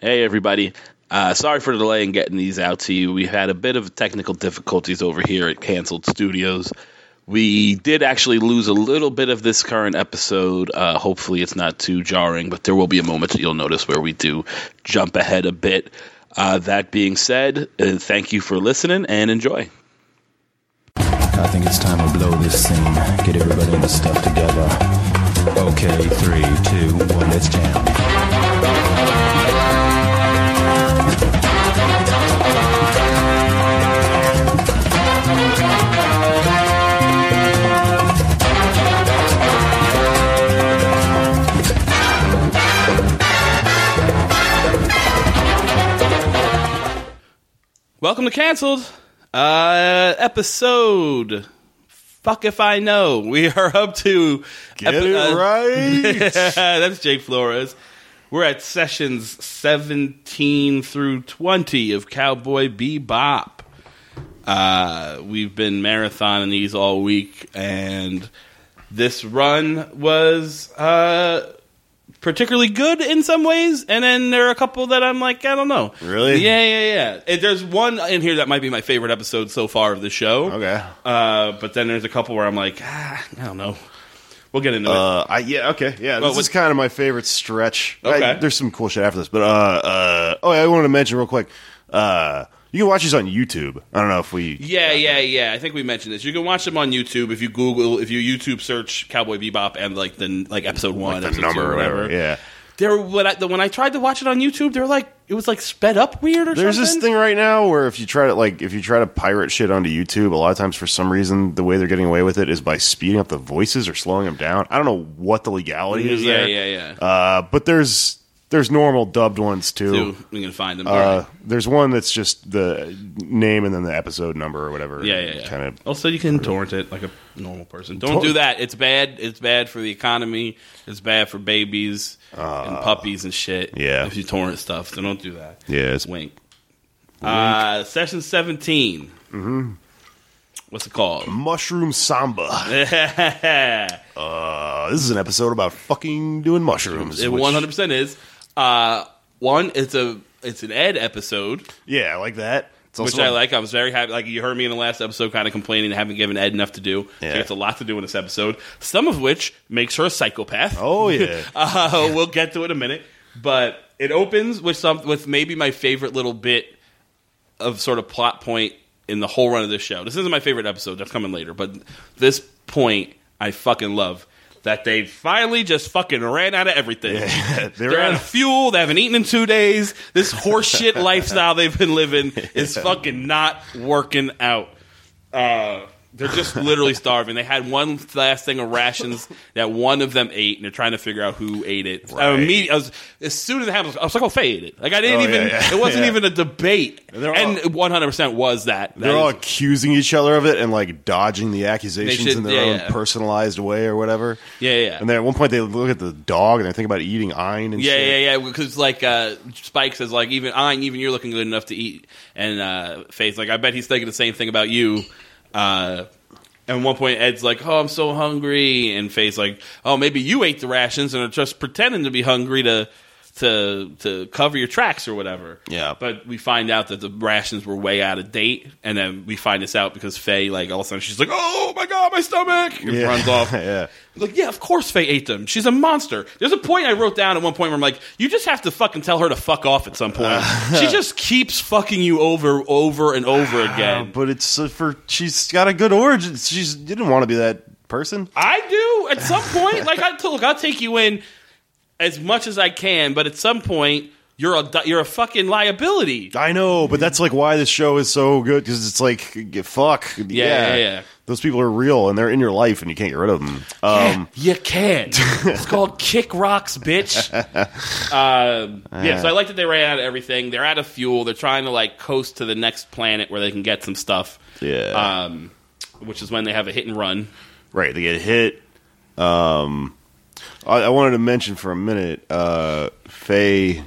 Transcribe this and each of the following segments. Hey, everybody. Uh, sorry for the delay in getting these out to you. We had a bit of technical difficulties over here at Canceled Studios. We did actually lose a little bit of this current episode. Uh, hopefully, it's not too jarring, but there will be a moment that you'll notice where we do jump ahead a bit. Uh, that being said, uh, thank you for listening and enjoy. I think it's time to blow this scene. Get everybody and the stuff together. Okay, three, two, one, let's jam. Welcome to Canceled, uh, episode. Fuck if I know. We are up to Get epi- it uh, right. That's Jake Flores. We're at sessions 17 through 20 of Cowboy Bebop. Uh, we've been marathoning these all week, and this run was uh, particularly good in some ways. And then there are a couple that I'm like, I don't know. Really? Yeah, yeah, yeah. And there's one in here that might be my favorite episode so far of the show. okay. Uh, but then there's a couple where I'm like, ah, I don't know. We'll get into it. Uh, I, yeah. Okay. Yeah. This Well, is what- kind of my favorite stretch. Okay. I- there's some cool shit after this, but uh, uh, oh, yeah, I wanted to mention real quick. Uh, you can watch these on YouTube. I don't know if we. Yeah, yeah, yeah. I think we mentioned this. You can watch them on YouTube if you Google, if you YouTube search Cowboy Bebop and like the like episode one, The episode number two, or whatever. Yeah. They were when I, the, when I tried to watch it on YouTube, they were like it was like sped up weird or There's this something. thing right now where if you try to like if you try to pirate shit onto YouTube, a lot of times for some reason the way they're getting away with it is by speeding up the voices or slowing them down. I don't know what the legality is Yeah, there. yeah, yeah. Uh, but there's there's normal dubbed ones too. Dude, we can find them. Uh, there's one that's just the name and then the episode number or whatever. yeah, yeah, yeah. Kind of. also, you can torrent it like a normal person. Don't do that. It's bad. It's bad for the economy. It's bad for babies and puppies and shit. Uh, yeah. if you torrent stuff, so don't do that. Yeah, it's- wink. Uh, session 17 Mm-hmm. What's it called? Mushroom Samba. it Uh, this is an episode about fucking doing mushrooms. which- one hundred percent is. Uh, one, it's a it's an Ed episode, Yeah, I like that. It's also which I like. I was very happy. Like you heard me in the last episode, kind of complaining I haven't given Ed enough to do. Yeah. She gets a lot to do in this episode. Some of which makes her a psychopath. Oh yeah. Uh, we'll get to it in a minute. But it opens with some with maybe my favorite little bit of sort of plot point in the whole run of this show. This isn't my favorite episode. That's coming later. But this point, I fucking love that they finally just fucking ran out of everything. They're They're, out out of fuel. They haven't eaten in two days. This horseshit lifestyle they've been living is fucking not working out. Uh, they're just literally starving. They had one last thing of rations that one of them ate, and they're trying to figure out who ate it. I Right. immediately, I was, as soon as it happened, I was like, "Oh, Faye ate it." Like I Oh, didn't yeah, even. yeah. It wasn't Yeah. even a debate. They're all- and one hundred percent was that. That They're all is- accusing each other of it and like dodging the accusations They should- in their yeah, own yeah. personalized way or whatever. Yeah, yeah. And then at one point they look at the dog and they think about eating Ein and Yeah, shit. yeah, yeah. Because like uh, Spike says, like even I, even you're looking good enough to eat. And uh, Faith's like, I bet he's thinking the same thing about you. Uh, and at one point, Ed's like, "Oh, I'm so hungry," and Faith's like, "Oh, maybe you ate the rations and are just pretending to be hungry to." To, to cover your tracks or whatever. Yeah. But we find out that the rations were way out of date, and then we find this out because Faye, like, all of a sudden she's like, "Oh my god, my stomach!" and Yeah. runs off. yeah. Like, yeah, of course Faye ate them. She's a monster. There's a point I wrote down at one point where I'm like, you just have to fucking tell her to fuck off at some point. she just keeps fucking you over, over, and over Uh, again. but it's uh, for she's got a good origin. She's didn't want to be that person. I do at some point. Like, I look, I'll take you in as much as I can, but at some point, you're a di- you're a fucking liability. I know, but that's like why this show is so good because it's like g- fuck. Yeah, yeah, yeah. Those people are real and they're in your life and you can't get rid of them. Um, You can. it's called kick rocks, bitch. Um, yeah, so I like that they ran out of everything. They're out of fuel. They're trying to like coast to the next planet where they can get some stuff. Yeah. Um, which is when they have a hit and run. right, they get hit. Um, I, I wanted to mention for a minute, uh, Faye.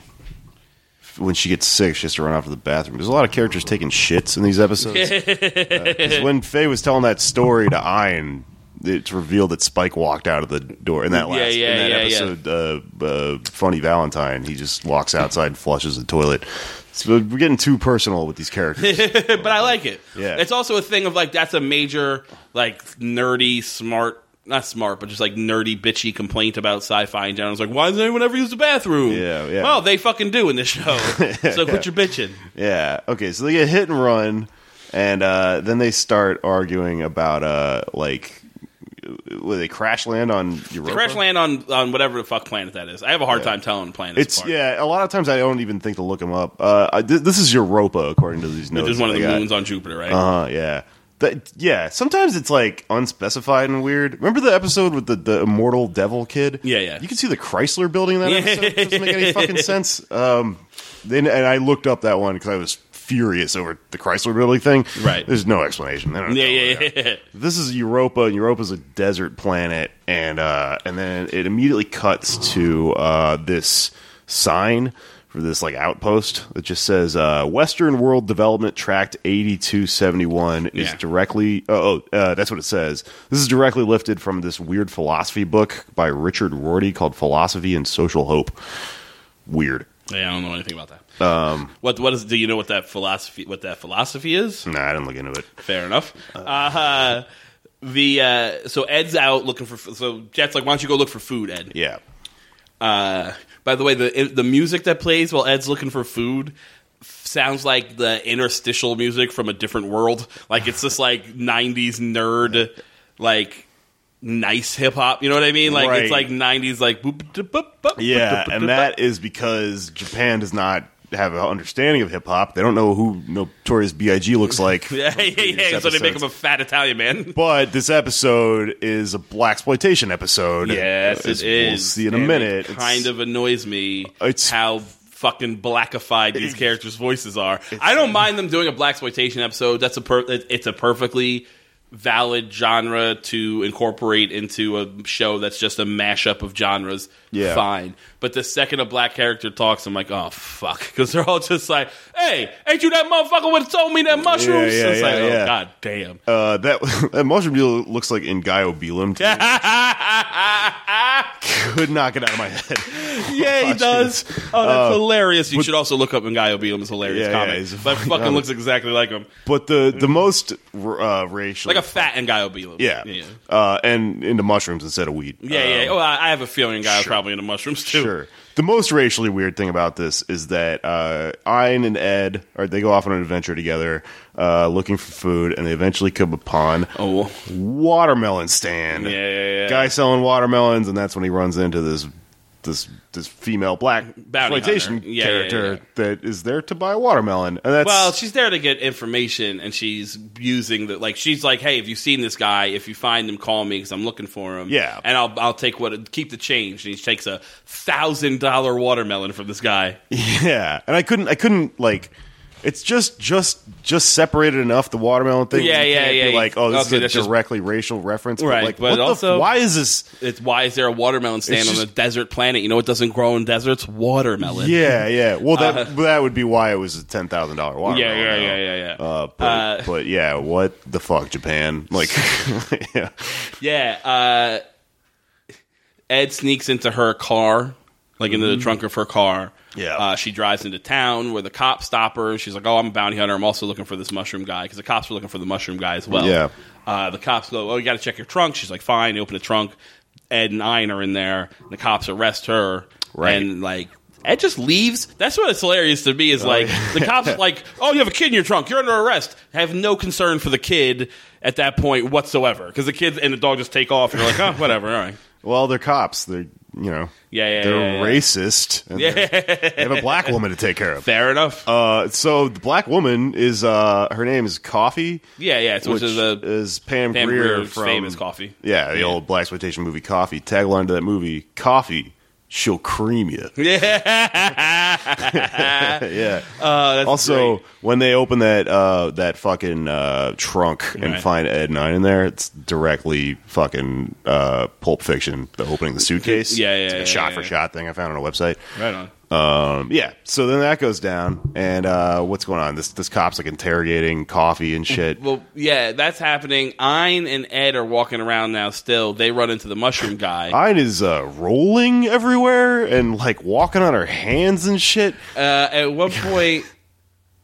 When she gets sick, she has to run off to the bathroom. There's a lot of characters taking shits in these episodes. Uh, 'cause when Faye was telling that story to Ian, it's revealed that Spike walked out of the door in that Yeah, last yeah, in that yeah, yeah. episode. Uh, uh, Funny Valentine, he just walks outside and flushes the toilet. So we're getting too personal with these characters. but I like it. Yeah. It's also a thing of like that's a major like nerdy smart not smart, but just like nerdy bitchy complaint about sci-fi in general. It's like, why does anyone ever use the bathroom? Yeah, yeah. Well, they fucking do in this show. so quit your bitching. yeah. Okay. So they get hit and run, and uh, then they start arguing about uh, like. Will they crash land on Europa? Crash land on on whatever the fuck planet that is. I have a hard time telling planets. It's apart. yeah. A lot of times I don't even think to look them up. Uh, I, th- this is Europa, according to these notes. There's one of that the I got. moons on Jupiter, right? Uh yeah. That, yeah, sometimes it's like unspecified and weird. Remember the episode with the, the immortal devil kid? Yeah, yeah. You can see the Chrysler building in that Yeah. episode. It doesn't make any fucking sense. Um, then and I looked up that one because I was furious over the Chrysler building thing. Right. There's no explanation. They don't yeah, know yeah, what they yeah, yeah. are. This is Europa, and Europa's a desert planet, and uh, and then it immediately cuts to uh, this sign for this like outpost that just says uh, Western World Development Tract 8271 is Yeah. directly oh, oh uh, that's what it says. This is directly lifted from this weird philosophy book by Richard Rorty called Philosophy and Social Hope. Weird. Yeah, I don't know anything about that. Um, what what is? Do you know what that philosophy? What that philosophy is? Nah, I didn't look into it. Fair enough. Uh, the uh, so Ed's out looking for so Jet's like, why don't you go look for food, Ed? Yeah. Uh, by the way, the the music that plays while Ed's looking for food sounds like the interstitial music from a different world. Like it's just like '90s nerd, like nice hip hop. You know what I mean? Like it's Right. like '90s like boop, da, boop, boop, Yeah, boop, da, boop, and that is because Japan does not have an understanding of hip hop. They don't know who Notorious B.I.G. looks like. da. yeah, yeah, yeah. So they make him a fat Italian man. But this episode is a black exploitation episode. Yes, As it is. We'll see in a And minute. It kind of annoys me It's- how fucking blackified these characters' voices are. I don't mind them doing a black exploitation episode. That's a per- it- it's a perfectly valid genre to incorporate into a show that's just a mashup of genres. Yeah. Fine. But the second a black character talks, I'm like, oh fuck, because they're all just like, hey, ain't you that motherfucker would sold me that mushrooms? yeah, it's like, yeah, oh yeah. god damn. Uh, that that mushroom deal looks like Ngayo Belum. to me. Could not get out of my head. Yeah, he watch does. Oh, that's hilarious. You should also look up Ngayo Beelum's hilarious Uh, Yeah, yeah, comic. he's a that fucking fucking comic. looks exactly like him. But the the most uh, racial, Like a fat Ngayo Beelum. yeah, Yeah, Uh, and into mushrooms instead of weed. yeah. Um, yeah. Oh, Well, I I have a feeling Ngayo's probably into mushrooms, too. Sure. The most racially weird thing about this is that uh, Ayn and Ed are they go off on an adventure together, uh, looking for food, and they eventually come upon Oh, watermelon stand. yeah, yeah, yeah. Guy selling watermelons, and that's when he runs into this this this female black Bounty exploitation hunter. Yeah, yeah, character yeah, yeah. that is there to buy a watermelon, and that's Well, she's there to get information, and she's using the like. She's like, "Hey, have you seen this guy? If you find him, call me because I'm looking for him. Yeah. and I'll I'll take what keep the change." And he takes a thousand dollar watermelon from this guy. yeah. And I couldn't I couldn't like. It's just just just separated enough the watermelon thing. Yeah, You yeah, can't be yeah. Like, oh, this Okay, is that's a just- directly racial reference, but Right, Like, but what the f- also- why is this? It's why is there a watermelon stand It's on a just- desert planet? You know what doesn't grow in deserts? Watermelon. Yeah, yeah. Well, that that would be why it was a ten thousand dollar water. Uh-huh. Yeah, yeah, yeah, yeah, yeah. Uh, but, Uh, but yeah, what the fuck, Japan? Like, yeah, Yeah. Uh, Ed sneaks into her car, like into the trunk of her car. Mm-hmm. Yeah. Uh, she drives into town where the cops stop her, and she's like, "Oh, I'm a bounty hunter. I'm also looking for this mushroom guy because the cops were looking for the mushroom guy as well." Yeah. Uh, the cops go, "Oh, you got to check your trunk." She's like, "Fine." They open the trunk. Ed and Ian are in there. The cops arrest her. Right. And like. Ed just leaves. That's what it's hilarious to me is Oh, like the cops like, oh, you have a kid in your trunk. You're under arrest. Have no concern for the kid at that point whatsoever because the kid and the dog just take off. And you're like, oh, whatever. All right. well, they're cops. They're you know, Yeah, yeah, they're yeah, yeah. racist. And they're- they have a black woman to take care of. Fair enough. Uh, so the black woman is uh, her name is Coffee. yeah, yeah. It's, Which which is a is Pam, Pam Grier Greer's from famous coffee. Yeah, the old black exploitation movie Coffee. Tagline to that movie: Coffee, she'll cream you. yeah. Uh, that's Also, great. when they open that uh, that fucking uh, trunk and Right. find Ed Nine in there, it's directly fucking uh, Pulp Fiction. The opening the suitcase, Yeah, yeah, It's like a yeah, shot yeah, for yeah. shot thing I found on a website. right on. Um, yeah. So then that goes down, and uh, what's going on? This this cop's like interrogating coffee and shit. Well, yeah, that's happening. Ein and Ed are walking around now. Still, they run into the mushroom guy. Ayn is uh, rolling everywhere and like walking on her hands and shit. Uh, at one point,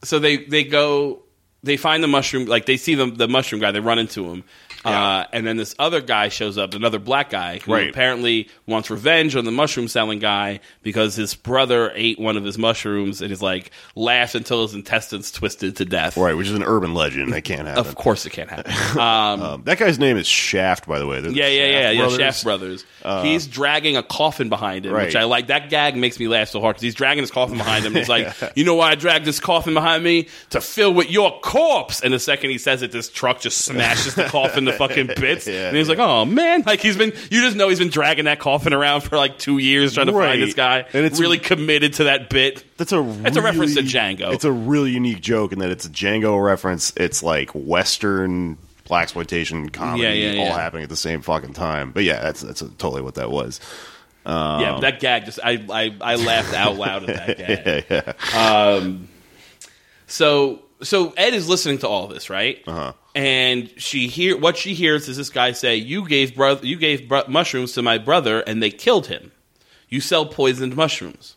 so they they go, they find the mushroom. Like they see the the mushroom guy. They run into him. Uh, and then this other guy shows up, another black guy who Right. apparently wants revenge on the mushroom selling guy because his brother ate one of his mushrooms and is like laughed until his intestines twisted to death. Right, which is an urban legend. That can't happen. Of course, it can't happen. Um, that guy's name is Shaft, by the way. They're the Yeah, yeah, yeah, yeah. brothers. Uh, Shaft Brothers. he's dragging a coffin behind him, which Right. I like. That gag makes me laugh so hard because he's dragging his coffin behind him. He's like, you know why I dragged this coffin behind me to fill with your corpse. And the second he says it, this truck just smashes the coffin to fucking bits. Yeah, and he's like, oh man, like he's been. You just know he's been dragging that coffin around for like two years trying to Right. find this guy. And it's- really committed to that bit. That's a That's a reference to really- Django. It's a really unique joke in that it's a Django reference. It's like Western black exploitation comedy Yeah, yeah, all yeah. happening at the same fucking time. But yeah, that's that's totally what that was. yeah, that gag just I I, I laughed out loud at that gag. Um, Um, Yeah, yeah. So so Ed is listening to all this, right? Uh-huh. And she hear what she hears is this guy say, "You gave brother, you gave bro- mushrooms to my brother, and they killed him. You sell poisoned mushrooms."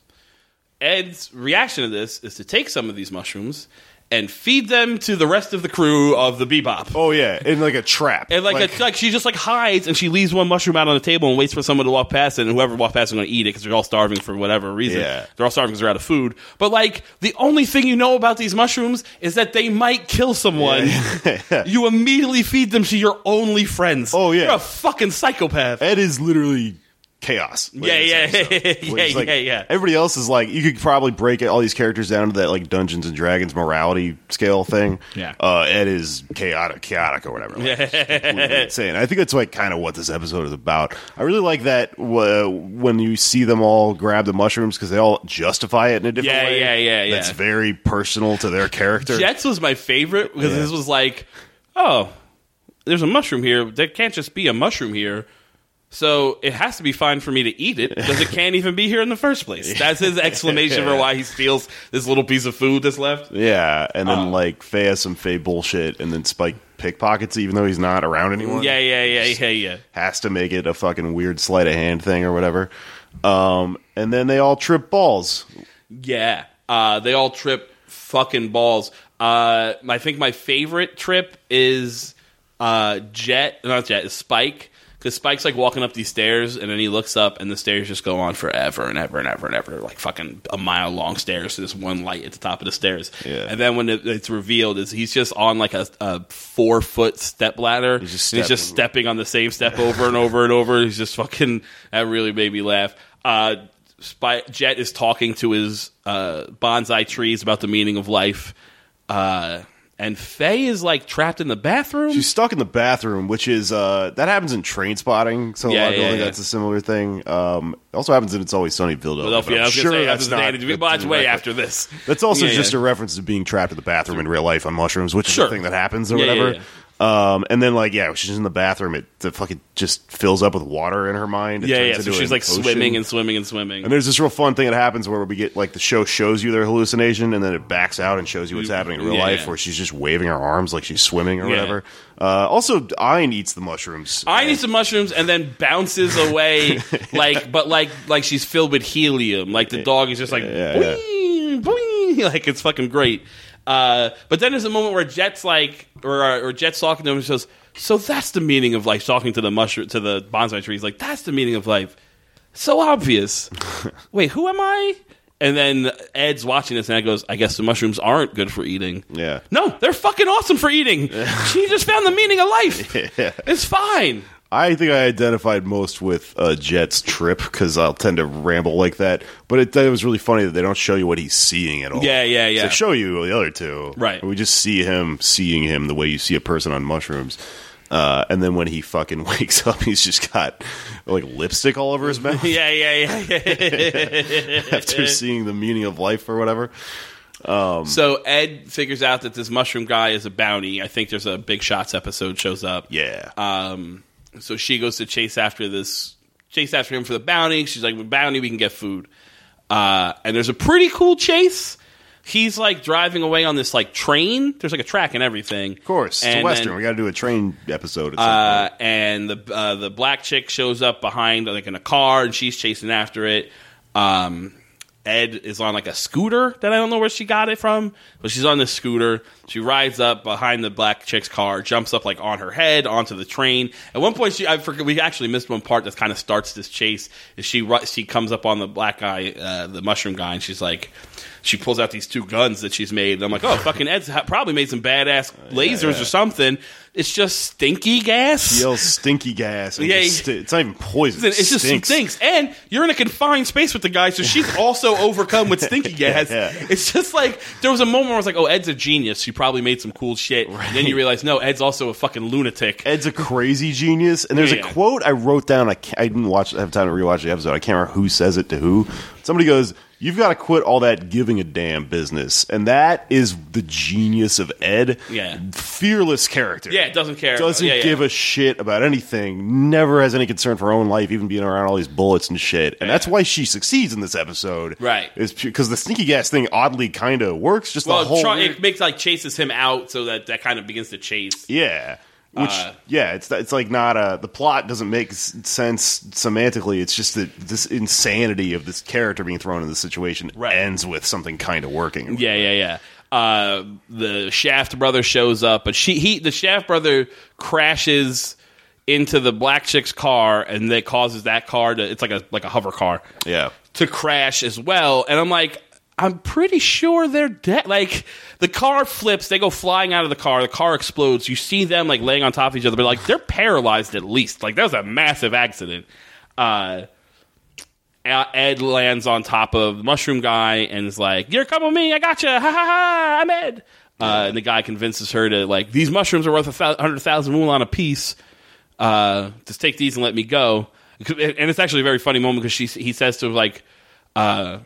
Ed's reaction to this is to take some of these mushrooms and feed them to the rest of the crew of the Bebop. Oh yeah, in like a trap. And like, it's like she just like hides and she leaves one mushroom out on the table and waits for someone to walk past it, and whoever walks past is going to eat it because they're all starving for whatever reason. Yeah. They're all starving because they're out of food. But like, the only thing you know about these mushrooms is that they might kill someone. you immediately feed them to your only friends. Oh, yeah. you're a fucking psychopath. Ed is literally chaos. like, Yeah, in this yeah, episode, yeah, which is, like, yeah, yeah. Everybody else is like, you could probably break all these characters down to that like Dungeons and Dragons morality scale thing. Yeah. uh, Ed is chaotic, chaotic or whatever. Like, yeah, insane. I think that's like kind of what this episode is about. I really like that uh, when you see them all grab the mushrooms because they all justify it in a different Yeah, way. yeah, yeah, That's yeah. very personal to their character. Jets was my favorite because Yeah. this was like, oh, there's a mushroom here. There can't just be a mushroom here. So it has to be fine for me to eat it because it can't even be here in the first place. That's his explanation for why he steals this little piece of food that's left. Yeah, and Oh. then like Faye has some Faye bullshit, and then Spike pickpockets, it, even though he's not around anyone. Yeah, yeah, yeah, yeah, yeah. has to make it a fucking weird sleight of hand thing or whatever. Um, and then they all trip balls. Yeah. Uh, they all trip fucking balls. Uh, I think my favorite trip is uh, Jet, not Jet, is Spike. Because Spike's like walking up these stairs and then he looks up and the stairs just go on forever and ever and ever and ever. Like fucking a mile long stairs to this one light at the top of the stairs. Yeah. And then when it, it's revealed, is he's just on like a, a four foot step ladder. He's just he's just stepping. stepping on the same step over and over and over. He's just fucking. That really made me laugh. Uh, Spy, Jet is talking to his uh, bonsai trees about the meaning of life, uh, and Faye is like trapped in the bathroom. She's stuck in the bathroom, which is uh, that happens in train spotting. So Yeah, a lot of people yeah, think yeah. that's a similar thing. Um, it also happens in It's Always Sunny in Philadelphia. but Philadelphia. I'm I was sure gonna say, that's not. after the, well, that's way after this. That's also Yeah, just yeah. a reference to being trapped in the bathroom in real life on mushrooms, which Sure. is a thing that happens or Yeah, yeah, whatever. Um, and then like yeah, she's in the bathroom. It the fucking just fills up with water in her mind. It yeah, turns yeah. So into she's an like swimming ocean. and swimming and swimming. And there's this real fun thing that happens where we get like the show shows you their hallucination and then it backs out and shows you what's happening in real Yeah. life where she's just waving her arms like she's swimming or Yeah. whatever. Uh, also, Ayn eats the mushrooms. I need some mushrooms and then bounces away like but like like she's filled with helium. Like the dog is just like Yeah, yeah. boing, boing. like it's fucking great. Uh, but then there's a moment where Jet's like or or Jet's talking to him and she goes, So that's the meaning of life talking to the mushroom to the bonsai tree. He's like, That's the meaning of life. So obvious. Wait, who am I? And then Ed's watching this and Ed goes, I guess the mushrooms aren't good for eating. Yeah. No, they're fucking awesome for eating. she just found the meaning of life. It's fine. I think I identified most with uh, Jet's trip because I'll tend to ramble like that. But it, it was really funny that they don't show you what he's seeing at all. Yeah, yeah, yeah. They show you the other two. Right. We just see him seeing him the way you see a person on mushrooms. Uh, and then when he fucking wakes up, he's just got like lipstick all over his mouth. Yeah, yeah, yeah. Eh. after seeing the meaning of life or whatever. so Ed figures out that this mushroom guy is a bounty. I think there's a Big Shots episode shows up. Yeah. Um, so she goes to chase after this, chase after him for the bounty. She's like, "With bounty, we can get food." Uh, and there's a pretty cool chase. He's like driving away on this like train. There's like a track and everything. Of course, it's a And western. then- we got to do a train episode. At some uh, and the uh, the black chick shows up behind like in a car and she's chasing after it. Um, Ed is on like a scooter that I don't know where she got it from, but she's on this scooter. She rides up behind the black chick's car, jumps up like on her head onto the train. At one point, she I forget we actually missed one part that kind of starts this chase. Is she ru- she comes up on the black guy, uh, the mushroom guy, and she's like. She pulls out these two guns that she's made, and I'm like, "Oh, fucking Ed's ha- probably made some badass lasers or something." It's just stinky gas. Yells stinky gas. And Yeah, yeah, he- it's not even poison. It's it just stinks. stinks, and you're in a confined space with the guy, so she's also overcome with stinky gas. Yeah. It's just like there was a moment where I was like, "Oh, Ed's a genius. He probably made some cool shit." And then you realize, no, Ed's also a fucking lunatic. Ed's a crazy genius, and there's Yeah. a quote I wrote down. I, can't, I didn't watch. Have time to rewatch the episode. I can't remember who says it to who. Somebody goes, "You've got to quit all that giving a damn business," and that is the genius of Ed. Yeah. fearless character. Yeah, doesn't care. Doesn't Yeah, yeah. give a shit about anything. Never has any concern for her own life, even being around all these bullets and shit. And that's why she succeeds in this episode, Right. Is because the sneaky gas thing oddly kind of works. Just well, the whole try- it makes like chases him out, so that that kind of begins to chase. yeah. Which Uh, yeah, it's it's like not a the plot doesn't make s- sense semantically. It's just that this insanity of this character being thrown in this situation Right. ends with something kind of working. Yeah, yeah, yeah. Uh, the Shaft brother shows up, but she he the Shaft brother crashes into the black chick's car, and that causes that car to it's like a like a hover car. yeah. to crash as well. And I'm like, I'm pretty sure they're dead. Like the car flips, they go flying out of the car. The car explodes. You see them like laying on top of each other, but like they're paralyzed at least. Like that was a massive accident. Uh, A- Ed lands on top of Mushroom Guy and is like, "You're coming with me. I got you. Ha ha ha. I'm Ed." Uh, and the guy convinces her to like these mushrooms are worth a hundred thousand mulan a piece uh, just take these and let me go. And it's actually a very funny moment because she he says to her, like, uh,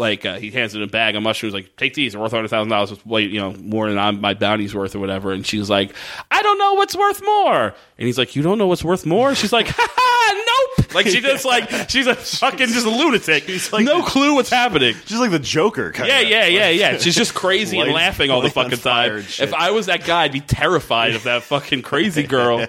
like uh, he hands her a bag of mushrooms, like take these, they're worth hundred thousand dollars, It's way you know more than I'm, my bounty's worth or whatever. And she's like, I don't know what's worth more. And he's like, you don't know what's worth more. She's like, ha ha, nope. Like she just like she's a fucking just a lunatic. She's like- no clue what's happening. Just like the Joker kind Yeah, of. yeah, yeah, yeah. She's just crazy and Lights- laughing all the lights on fucking fire time. and shit. If I was that guy, I'd be terrified of that fucking crazy girl.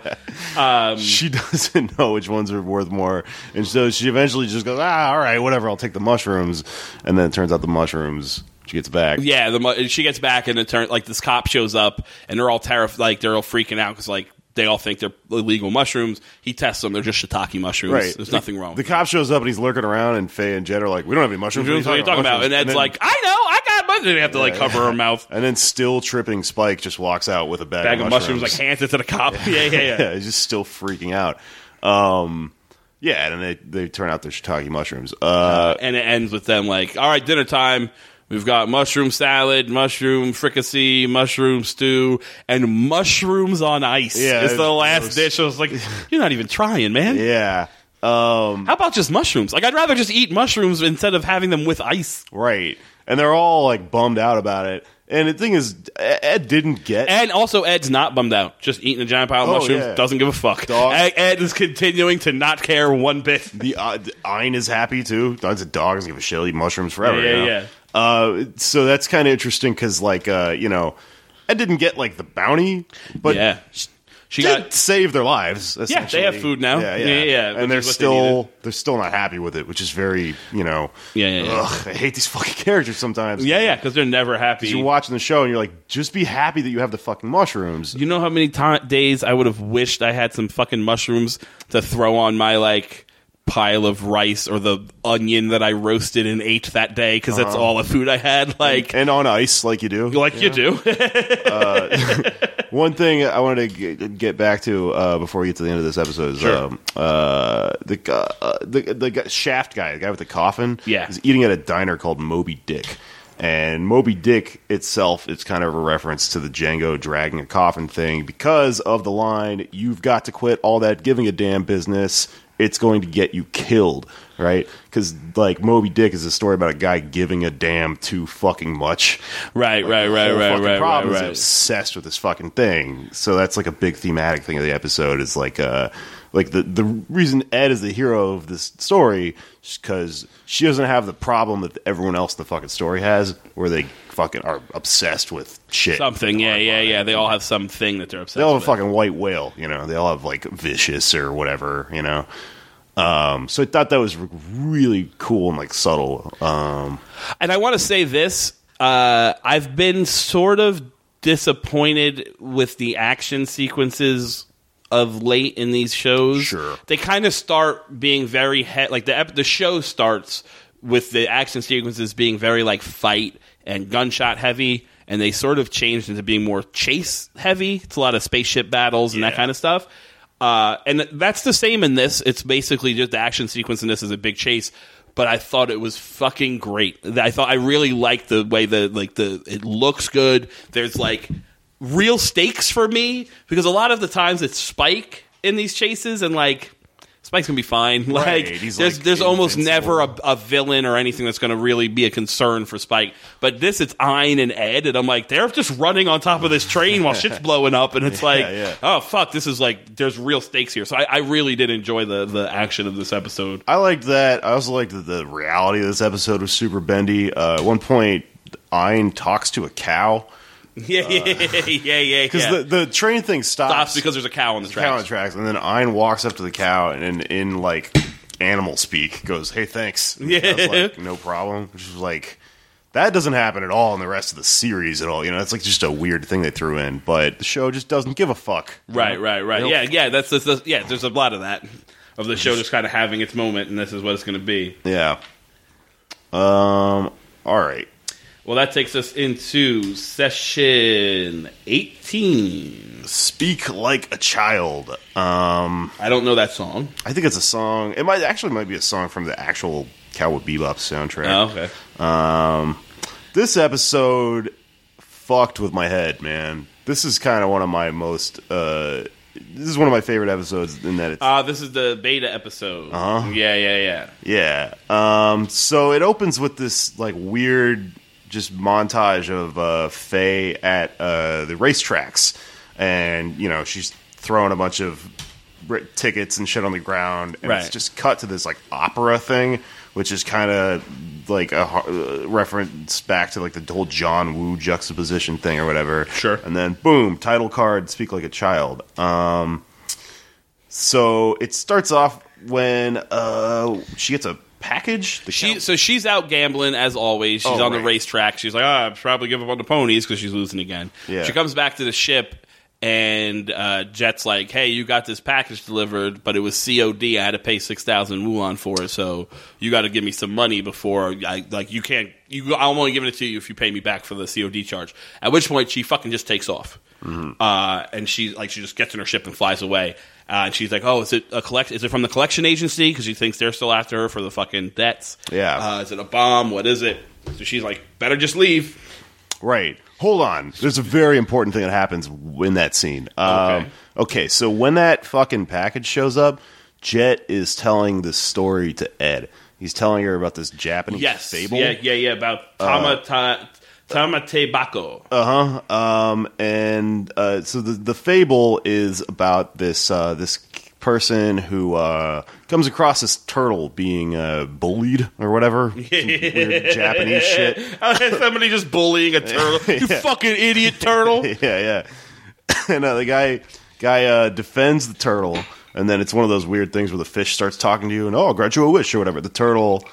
She doesn't know which ones are worth more. And so she eventually just goes, "Ah, all right, whatever, I'll take the mushrooms." And then it turns out the mushrooms she gets back. Yeah, the mo- she gets back and it turn like this cop shows up and they're all terrified, like they're all freaking out because like they all think they're illegal mushrooms. He tests them; they're just shiitake mushrooms. Right. There's The- nothing wrong. The with cop shows up and he's lurking around and Faye and Jed are like, "We don't have any mushrooms." them. What are you talking about? mushrooms?" And Ed's then- like, I know, I got mushrooms. They have to like cover her mouth. and then still tripping Spike just walks out with a bag, Bag of, of mushrooms, like hands it to the cop. Yeah, yeah, yeah. yeah, he's just still freaking out. Um, yeah, and then they, they turn out they're shiitake mushrooms. Uh, and it ends with them like, all right, dinner time. We've got mushroom salad, mushroom fricassee, mushroom stew, and mushrooms on ice. Yeah, it's the it's last gross. dish. I was like, you're not even trying, man. yeah, um, How about just mushrooms? Like, I'd rather just eat mushrooms instead of having them with ice. right. And they're all like bummed out about it. And the thing is, Ed didn't get. And also, Ed's not bummed out. Just eating a giant pile of Oh, mushrooms yeah. doesn't give a fuck. Dog. Ed, Ed is continuing to not care one bit. the uh, Ein is happy too. Ein's a dog. Doesn't give a shit. He'll eat mushrooms forever. Yeah, yeah, you know? yeah. Uh, so that's kind of interesting because, like, uh, you know, I didn't get like the bounty, but yeah, she did got. save their lives. Yeah, they have essentially. food now. Yeah, yeah, Yeah, yeah, which and they're is what they still needed. they are still not happy with it, which is very you know. Yeah, yeah, yeah. Ugh, I hate these fucking characters sometimes. Yeah, yeah, because they're never happy. You're watching the show and you're like, just be happy that you have the fucking mushrooms. You know how many ti days I would have wished I had some fucking mushrooms to throw on my like pile of rice or the onion that I roasted and ate that day because that's all the food I had. Like, Uh-huh. And on ice, like you do. like you do. One thing I wanted to g- get back to uh, before we get to the end of this episode is Sure. um, uh, the, gu- uh, the the gu- shaft guy, the guy with the coffin, Yeah. is eating at a diner called Moby Dick. And Moby Dick itself, it's kind of a reference to the Django dragging a coffin thing because of the line, "You've got to quit all that giving a damn business. It's going to get you killed." Right? Because like Moby Dick is a story about a guy giving a damn too fucking much right, right, right, whole right, fucking right, right, problem is right. obsessed with this fucking thing. So that's like a big thematic thing of the episode is like uh like the the reason Ed is the hero of this story is because she doesn't have the problem that everyone else in the fucking story has, where they fucking are obsessed with shit. Something, yeah, yeah, yeah. They all have something that they're obsessed They all with. have a fucking white whale, you know. They all have like vicious or whatever, you know. Um, so I thought that was r- really cool and like subtle. Um, And I want to say this: uh, I've been sort of disappointed with the action sequences of late in these shows. Sure. they kind of start being very he- like the ep- the show starts with the action sequences being very like fight and gunshot heavy. And they sort of changed into being more chase heavy. It's a lot of spaceship battles and that Yeah. kind of stuff. Uh, and th- that's the same in this. It's basically just the action sequence in this is a big chase, but I thought it was fucking great. Th- I thought I really liked the way the like the it looks good. There's like real stakes for me because a lot of the times it's Spike in these chases and like Spike's gonna be fine. Like he's, there's like, there's almost never invincible. a, a villain or anything that's gonna really be a concern for Spike. But this it's Ein and Ed, and I'm like they're just running on top of this train while shit's blowing up, and it's like yeah. oh fuck, this is like there's real stakes here. So I, I really did enjoy the the action of this episode. I liked that. I also liked that the reality of this episode was super bendy. Uh, at one point, Ayn talks to a cow Yeah, yeah, yeah, yeah. because the, the train thing stops, stops because there's a cow on the cow on the track. tracks, and then Ayn walks up to the cow and in, in like animal speak goes, "Hey, thanks." And the cow's Yeah. like, no problem. Which is like that doesn't happen at all in the rest of the series at all. You know, it's like just a weird thing they threw in, but the show just doesn't give a fuck. Right, right, right. Nope. Yeah, yeah. That's, that's, that's yeah. There's a lot of that of the show just kind of having its moment, and this is what it's going to be. Yeah. Um. All right. Well, that takes us into session 18. Speak like a child. Um. I don't know that song. I think it's a song. It might actually might be a song from the actual Cowboy Bebop soundtrack. Oh, okay. Um, this episode fucked with my head, man. This is kind of one of my most. Uh, this is one of my favorite episodes in that it's Uh, this is the beta episode. Uh-huh. Yeah, yeah, yeah. yeah. Um, so it opens with this like weird just montage of uh, Faye at uh, the racetracks, and you know she's throwing a bunch of r- tickets and shit on the ground, and Right. it's just cut to this like opera thing, which is kind of like a har- uh, reference back to like the whole John Woo juxtaposition thing or whatever. Sure. And then boom, title card, speak like a child. Uh, So it starts off when uh, she gets a package. The She, count- so she's out gambling as always. She's Oh, on the right. racetrack. She's like, ah, I'll probably give up on the ponies because she's losing again. Yeah. She comes back to the ship, and uh, Jet's like, hey, you got this package delivered, but it was COD. I had to pay 6,000 Wulan for it, so you got to give me some money before I, like, you can't, you, I'm only giving it to you if you pay me back for the COD charge. At which point, she fucking just takes off. Uh, and she, like, she just gets in her ship and flies away. Uh, and she's like, "Oh, is it a collect? Is it from the collection agency? Because she thinks they're still after her for the fucking debts." Yeah. Uh, is it a bomb? What is it? So she's like, better just leave. right. Hold on. There's a very important thing that happens in that scene. Um, Okay. okay. So when that fucking package shows up, Jet is telling this story to Ed. He's telling her about this Japanese Yes. fable. Yeah, yeah, yeah. About Tama ta, Tama Te Bako. Uh huh. Um, and uh, so the the fable is about this uh, this person who uh, comes across this turtle being uh, bullied or whatever. Some weird Japanese shit. Somebody just bullying a turtle. You fucking idiot turtle. yeah, yeah. and uh, the guy guy uh, defends the turtle, and then it's one of those weird things where the fish starts talking to you, and oh, I'll grant you a wish or whatever. The turtle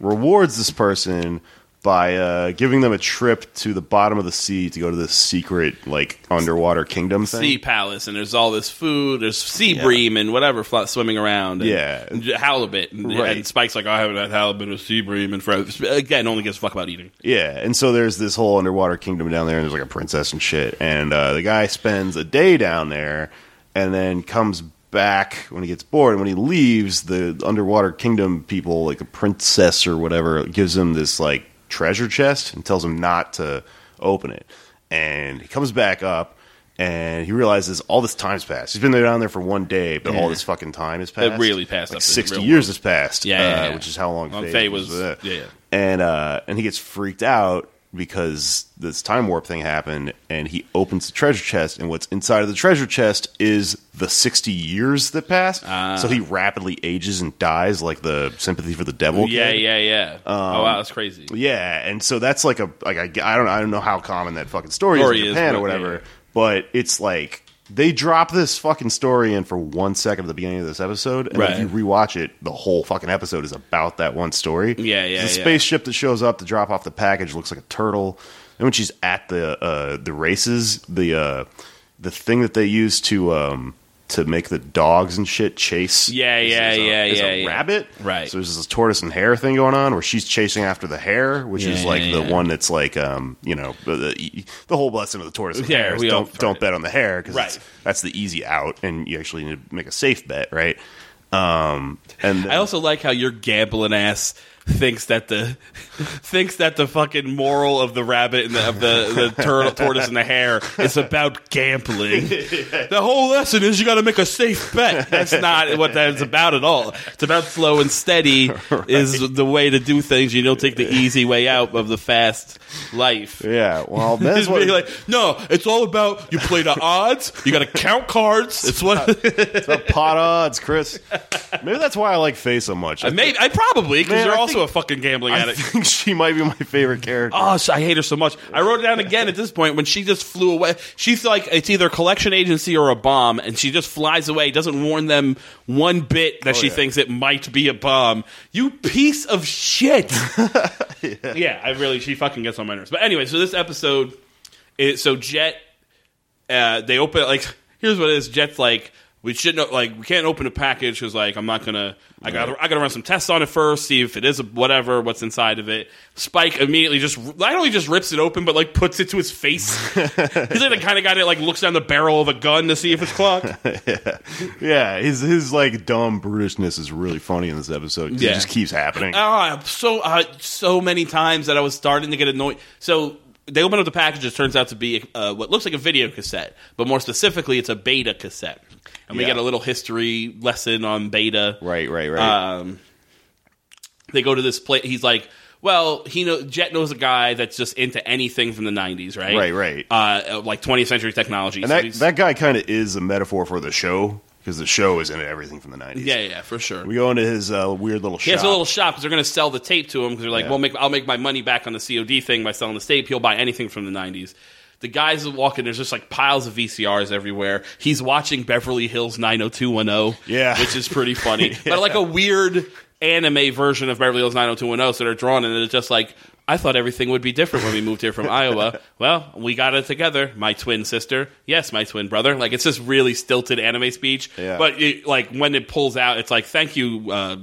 rewards this person by uh, giving them a trip to the bottom of the sea to go to this secret like underwater kingdom thing. Sea palace, and there's all this food. There's sea bream and whatever fl- swimming around. And Yeah. and halibut. And, Right. and Spike's like, I haven't had halibut or sea bream in forever. Again, only gives a fuck about eating. Yeah, and so there's this whole underwater kingdom down there, and there's like a princess and shit. And uh, the guy spends a day down there, and then comes back when he gets bored. And when he leaves, the underwater kingdom people, like the princess or whatever, gives him this like treasure chest and tells him not to open it. And he comes back up, and he realizes all this time's passed. He's been there down there for one day, but all this fucking time has passed. really passed Like up in sixty real years has passed. Yeah, yeah, uh, yeah. which is how long Long Faye uh, Faye was- there yeah, yeah. and uh, and he gets freaked out because this time warp thing happened, and he opens the treasure chest, and what's inside of the treasure chest is the sixty years that passed. so he rapidly ages and dies, like the sympathy for the devil. Yeah, kid. yeah, yeah. Um, oh wow, that's crazy. Yeah, and so that's like a like I, I don't I don't know how common that fucking story, Story is is, in Japan but- or whatever, yeah, yeah. but it's like they drop this fucking story in for one second at the beginning of this episode, and Right. if you rewatch it, the whole fucking episode is about that one story. Yeah, yeah, The yeah. spaceship that shows up to drop off the package looks like a turtle, and when she's at the uh, the races, the uh, the thing that they use to um, to make the dogs and shit chase, Yeah, is- yeah, is a- yeah, is a yeah, yeah. rabbit, Right. So there's this tortoise and hare thing going on where she's chasing after the hare, which Yeah, is like yeah, the yeah. one that's like, um, you know, the, the whole lesson of the tortoise and Yeah, hare is we all don't don't started. bet on the hare because Right. that's the easy out, and you actually need to make a safe bet, right? Um, and I also like how your gambling ass thinks that the thinks that the fucking moral of the rabbit and the, of the the turtle, tortoise and the hare is about gambling. The whole lesson is you got to make a safe bet. That's not what that's about at all. It's about slow and steady is the way to do things. You don't take the easy way out of the fast life. yeah, well, that's Just what be like, no, it's all about you play the odds. You got to count cards. It's what it's about pot odds, Chris. Maybe that's why I like Faye so much. I, Maybe I probably because Man, you're I also think- a fucking gambling I addict. think she might be my favorite character. Oh, so I hate her so much. I wrote it down again at this point when she just flew away. She's like, it's either a collection agency or a bomb, and she just flies away, doesn't warn them one bit that she yeah. thinks it might be a bomb. You piece of shit. yeah. I really, she fucking gets on my nerves. But anyway, so this episode, is, so Jet, uh, they open, like, here's what it is Jet's like, we shouldn't like we can't open a package because like I'm not gonna I got to I gotta run some tests on it first see if it is a whatever what's inside of it. Spike immediately just not only just rips it open but like puts it to his face. He's like the kind of guy that like looks down the barrel of a gun to see if it's clocked. Yeah, his his like dumb brutishness is really funny in this episode. 'cause Yeah. It just keeps happening. Ah, so uh, so many times that I was starting to get annoyed. So they open up the package. It turns out to be uh, what looks like a video cassette, but more specifically, it's a beta cassette. And we Yeah. get a little history lesson on beta. Right, right, right. Um, they go to this place. He's like, well, he know Jet knows a guy that's just into anything from the '90s, right? Right, right. Uh, like 20th century technology. And So that, he's- that guy kind of is a metaphor for the show because the show is into everything from the 90s. yeah, yeah, for sure. We go into his uh, weird little He shop. has a little shop because they're going to sell the tape to him because they're like, Yeah. "Well, make, I'll make my money back on the COD thing by selling the tape. He'll buy anything from the '90s." The guys that walk in, there's just like piles of VCRs everywhere. He's watching Beverly Hills 90210, Yeah. which is pretty funny, but like a weird anime version of Beverly Hills 90210. So they're drawn, and it's just like. I thought everything would be different when we moved here from Iowa. Well, we got it together. My twin sister, yes, my twin brother. Like it's just really stilted anime speech, Yeah. but it, like when it pulls out, it's like thank you, uh,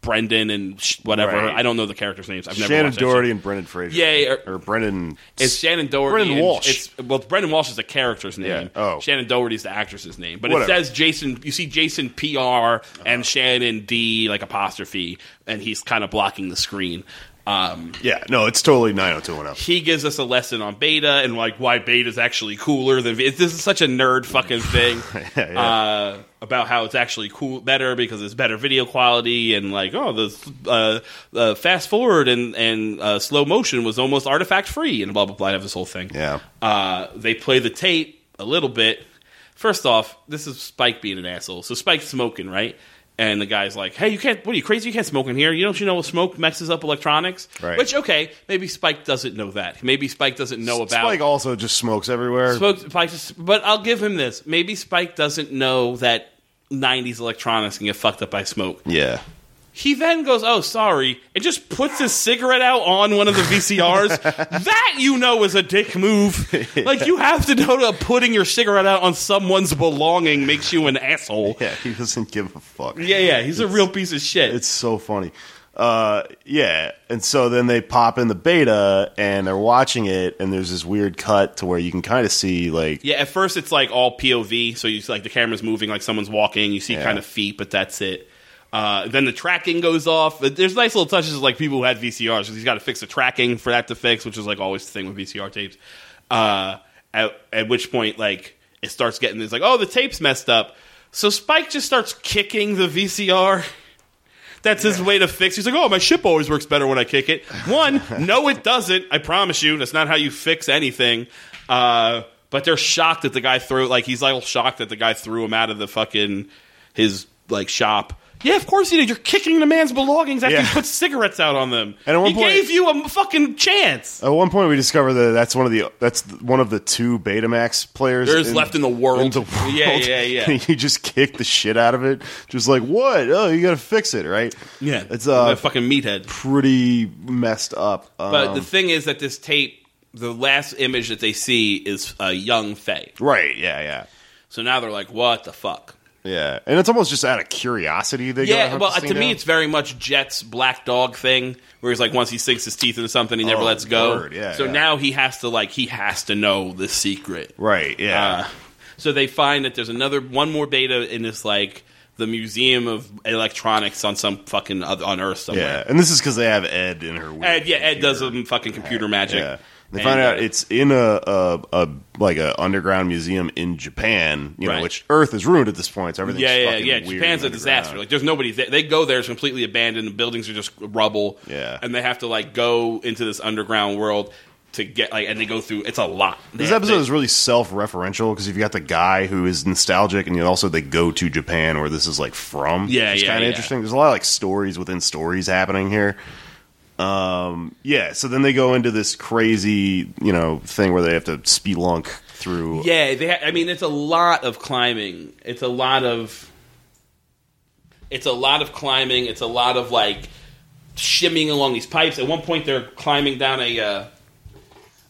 Brendan and sh- whatever. Right. I don't know the characters' names. I've never Shannon watched that Doherty shit. and Brendan Fraser. Yeah, Or, Brendan. It's Shannon Doherty. Brendan and- Walsh. It's, well, Brendan Walsh is the character's name. Yeah, oh. Shannon Doherty's the actress's name. But Whatever. it says Jason. You see Jason PR and Shannon D like apostrophe, and he's kind of blocking the screen. Um, yeah, no, it's totally 90210. he gives us a lesson on beta and like why beta is actually cooler than v- this is such a nerd fucking thing Yeah, yeah. uh, about how it's actually cool better because it's better video quality and like oh the uh, uh, fast forward and and uh, slow motion was almost artifact free and blah blah blah I have this whole thing Yeah. uh, they play the tape a little bit. First off, this is Spike being an asshole. So Spike's smoking, right? And the guy's like, "Hey, you can't. What are you crazy? You can't smoke in here. You don't you know smoke messes up electronics? Right. Which okay, maybe Spike doesn't know that. Maybe Spike doesn't know about Spike also just smokes everywhere. Spoke, Spike just, but I'll give him this. Maybe Spike doesn't know that 90s electronics can get fucked up by smoke. yeah. He then goes, "Oh, sorry," and just puts his cigarette out on one of the VCRs. that you know is a dick move. Like you have to know that putting your cigarette out on someone's belonging makes you an asshole. Yeah, he doesn't give a fuck. Yeah, yeah, he's a real piece of shit. It's so funny. Uh, yeah, and so then they pop in the beta and they're watching it, and there's this weird cut to where you can kind of see like yeah, at first it's like all POV, so you see, like the camera's moving, like someone's walking. You see Yeah. kind of feet, but that's it. Uh, then the tracking goes off. But There's nice little touches like people who had VCRs. 'cause He's got to fix the tracking for that to fix, which is like always the thing with VCR tapes. Uh, at, at which point, like it starts getting it's like, oh, the tape's messed up. So Spike just starts kicking the VCR. That's his way to fix. He's like, oh, my ship always works better when I kick it. One, no, it doesn't. I promise you, that's not how you fix anything. Uh, but they're shocked that the guy threw. Like he's like shocked that the guy threw him out of the fucking his like shop. Yeah, of course you did. You're kicking the man's belongings after Yeah. you put cigarettes out on them. And at one he point- Uh, gave you a fucking chance. At one point, we discover that that's one of the that's one of the two Betamax players There's left in the world. in the world. Yeah, yeah, yeah. And you just kick the shit out of it, just like what? Oh, you got to fix it, right? Yeah, it's a uh, fucking meathead. pretty messed up. Um, But the thing is that this tape, the last image that they see is a young Faye. right? Yeah, yeah, So now they're like, what the fuck? yeah. And it's almost just out of curiosity. They gotta Yeah, hunt well, this uh, thing to me, down. it's very much Jet's black dog thing, where he's like, once he sinks his teeth into something, he never Oh, lets go. word, yeah, so yeah. now he has to like, he has to know the secret. right. Yeah, Uh, so they find that there's another one more beta in this like the Museum of Electronics on some fucking other, on Earth yeah. somewhere. And this is because they have Ed in her. weird Ed, yeah, Ed computer. does some fucking computer magic. Yeah. They And, find out uh, it's in a, a, a like a underground museum in Japan, you Right. know, which Earth is ruined at this point. So everything's yeah, yeah, fucking yeah. weird Japan's a and disaster. underground. Like, there's nobody. There. They go there; it's completely abandoned. The buildings are just rubble. Yeah. and they have to like go into this underground world to get like, and they go through. It's a lot. This They- episode they- is really self-referential because you've got the guy who is nostalgic, and you also they go to Japan where this is like from. Yeah, it's yeah, kind of yeah. interesting. There's a lot of like stories within stories happening here. Um, yeah. So then they go into this crazy, you know, thing where they have to spelunk through. yeah. They ha- I mean, it's a lot of climbing. It's a lot of. It's a lot of climbing. It's a lot of like shimmying along these pipes. At one point, they're climbing down a. Uh,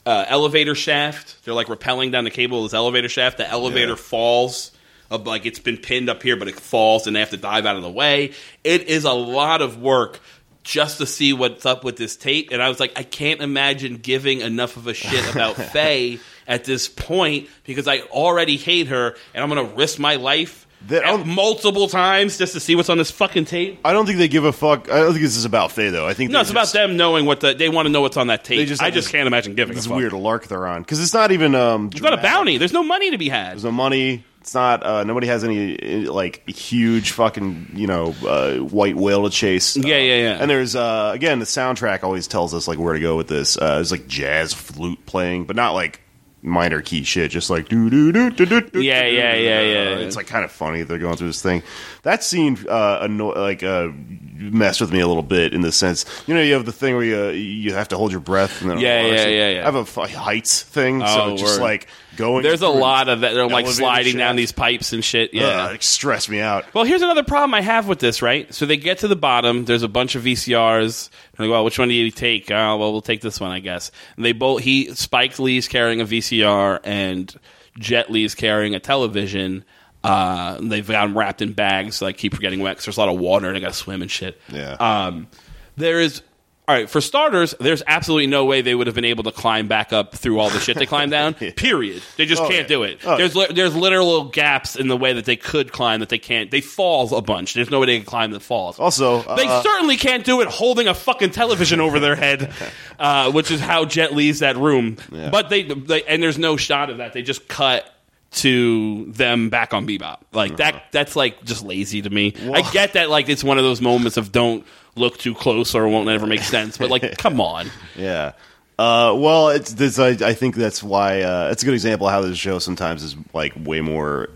uh, elevator shaft. They're like rappelling down the cable of this elevator shaft. The elevator Yeah. falls. Up, like it's been pinned up here, but it falls and they have to dive out of the way. It is a lot of work just to see what's up with this tape. And I was like, I can't imagine giving enough of a shit about Faye at this point because I already hate her and I'm going to risk my life That- at I'll- multiple times just to see what's on this fucking tape. I don't think they give a fuck. I don't think this is about Faye though. I think No, they it's about just- them knowing what the, they want to know what's on that tape. They just I have just this- can't imagine giving This a fuck. weird lark they're on because it's not even um. It's not a bounty. There's no money to be had. There's no money. It's not. Uh, nobody has any uh, like huge fucking you know uh, white whale to chase. Yeah, Uh, yeah, yeah. And there's uh, again the soundtrack always tells us like where to go with this. Uh, there's like jazz flute playing, but not like minor key shit. Just like do do do do do. do, Yeah, do, yeah, do, yeah, do. yeah. It's like kind of funny that they're going through this thing. That scene uh, anno- like uh, messed with me a little bit in the sense you know you have the thing where you uh, you have to hold your breath. And then Yeah, yeah, honestly, yeah, yeah. I have a f- heights thing, Oh, so it's just word. like going. There's a through- lot of that. They're like Elevator sliding down shaft. these pipes and shit. Yeah. Ugh, it stressed Uh, me out. well, here's another problem I have with this, right? So they get to the bottom. There's a bunch of VCRs. And like, well, which one do you take? Oh, well, we'll take this one, I guess. And they both. He Spike Lee's carrying a VCR, and Jet Lee's carrying a television. Uh, and they've got 'em wrapped in bags. So I keep forgetting wet 'cause there's a lot of water, and I got to swim and shit. Yeah. Um, there is. All right, for starters, there's absolutely no way they would have been able to climb back up through all the shit they climbed down. Period. They just Oh, can't yeah. do it. Oh, there's li- there's literal gaps in the way that they could climb that they can't. They falls a bunch. There's no way they can climb the falls. Also, they uh, certainly can't do it holding a fucking television over their head, uh, which is how Jet leaves that room. Yeah. But they, they and there's no shot of that. They just cut to them back on Bebop. Like that. That's like just lazy to me. I get that. Like it's one of those moments of don't look too close or it won't ever make sense. But like, come on. yeah. Uh, well, it's this. I, I think that's why uh, it's a good example of how this show sometimes is like way more